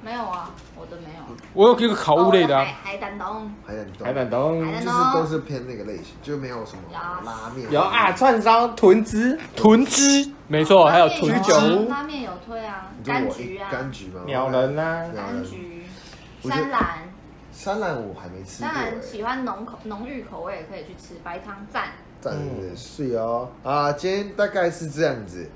Speaker 5: 没有啊，我的没有。
Speaker 4: 我有一个烤物类的
Speaker 5: 哦我
Speaker 4: 啊，
Speaker 5: 海海胆冻，
Speaker 2: 海南冻，
Speaker 1: 台南东
Speaker 5: 海
Speaker 2: 就是
Speaker 5: 胆哦
Speaker 2: 都
Speaker 5: 冻。
Speaker 2: 是偏那个类型，就没有什么
Speaker 5: 呀
Speaker 2: 拉面，
Speaker 1: 有啊，，串烧豚汁、
Speaker 4: 豚汁，没错，还有
Speaker 5: 拉面
Speaker 4: 豚
Speaker 5: 啊
Speaker 4: 汁。
Speaker 5: 拉面有推啊，
Speaker 2: 你说
Speaker 5: 柑
Speaker 2: 我
Speaker 5: 橘啊，
Speaker 2: 柑橘吗？
Speaker 1: 鸟人啊，
Speaker 2: 鸟
Speaker 5: 柑
Speaker 2: 人，
Speaker 5: 橘、
Speaker 2: 我觉得
Speaker 5: 山兰，
Speaker 2: 山兰我还没吃过
Speaker 5: 当
Speaker 2: 欸
Speaker 5: 然，喜欢浓口浓郁口味也可以去吃白汤赞。
Speaker 2: 赞
Speaker 1: 嗯
Speaker 2: 的是哦啊，今天大概是这样子，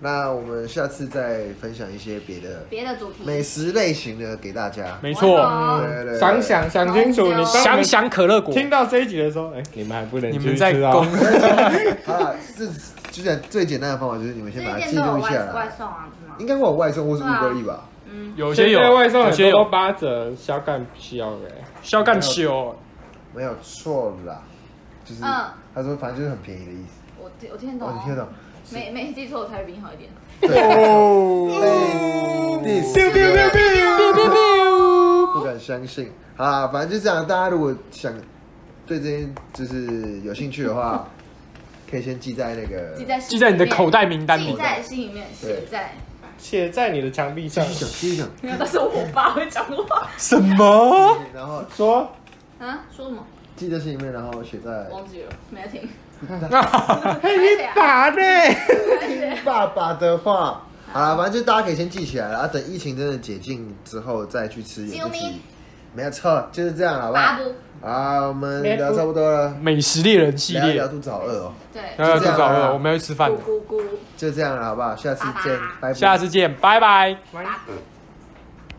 Speaker 2: 那我们下次再分享一些别的
Speaker 5: 别的主题
Speaker 2: 美食类型的给大家。
Speaker 4: 没错，
Speaker 5: 哇
Speaker 2: 对
Speaker 5: 哦
Speaker 2: 对对，
Speaker 1: 想想想清楚，你当
Speaker 4: 想想可乐果，
Speaker 1: 听到这一集的时候，哎，你们还不能
Speaker 4: 你
Speaker 1: 去
Speaker 4: 们在
Speaker 1: 吃啊
Speaker 4: 攻，
Speaker 2: 啊，这就讲最简单的方法就是你们
Speaker 5: 这
Speaker 2: 先把
Speaker 5: 一
Speaker 2: 它
Speaker 5: 店
Speaker 2: 记
Speaker 5: 都有
Speaker 2: 录
Speaker 5: 外
Speaker 2: 下
Speaker 5: 外
Speaker 2: 来，
Speaker 5: 送啊，是吗
Speaker 2: 应？该会有外送或是
Speaker 5: 对啊
Speaker 2: Uber E 吧？
Speaker 5: 嗯，
Speaker 4: 有些有
Speaker 1: 现在，外送
Speaker 4: 有
Speaker 1: 很
Speaker 4: 些
Speaker 1: 多都
Speaker 4: 有，
Speaker 1: 八折，小干小哎，
Speaker 4: 肖干修，
Speaker 2: 没有错啦，就是
Speaker 5: 嗯
Speaker 2: 他说反正就是很便宜的意思。
Speaker 5: 我听我听得
Speaker 2: 哦，
Speaker 5: 懂，
Speaker 2: 你听得懂？
Speaker 5: 没没记错，我台语比你好一点。
Speaker 2: 对，第四不敢相信啊！反正就这样，大家如果想对这些就是有兴趣的 话，可以先记在那个
Speaker 5: 记在心
Speaker 4: 记在你的
Speaker 5: 里面
Speaker 4: 口袋名单
Speaker 5: 记
Speaker 4: 里。
Speaker 5: 在心里面，写
Speaker 2: 呃对
Speaker 5: 在。
Speaker 1: 写在你的墙壁上
Speaker 2: 继，续讲，继续讲。
Speaker 5: 没有，但是我爸会讲 话。
Speaker 4: 什么？
Speaker 2: 然后
Speaker 1: 说
Speaker 5: 啊？说什么？
Speaker 2: 记在心里面，然后写在
Speaker 5: 忘记了，没有 听。
Speaker 1: 你打的，
Speaker 2: 爸爸的话。好了，反正就大家可以先记起来了，啊，等疫情真的解禁之后再去吃也不
Speaker 5: 啾
Speaker 2: 急
Speaker 5: 咪。
Speaker 2: 没有错，就是这样，好不
Speaker 5: 八
Speaker 2: 好？
Speaker 5: 不
Speaker 2: 好，我们聊差不多了，
Speaker 4: 美食猎人系
Speaker 2: 聊一聊
Speaker 4: 列，
Speaker 2: 肚子好饿哦，
Speaker 5: 对，
Speaker 2: 就
Speaker 4: 呃，
Speaker 2: 这
Speaker 4: 不
Speaker 2: 样
Speaker 4: 早
Speaker 2: 啊
Speaker 4: 了，我们要去吃饭
Speaker 5: 咕
Speaker 4: 了，
Speaker 5: 咕咕，
Speaker 2: 就这样了，好不好？下次见，拜拜。
Speaker 4: 下次见，拜拜。
Speaker 5: 八不。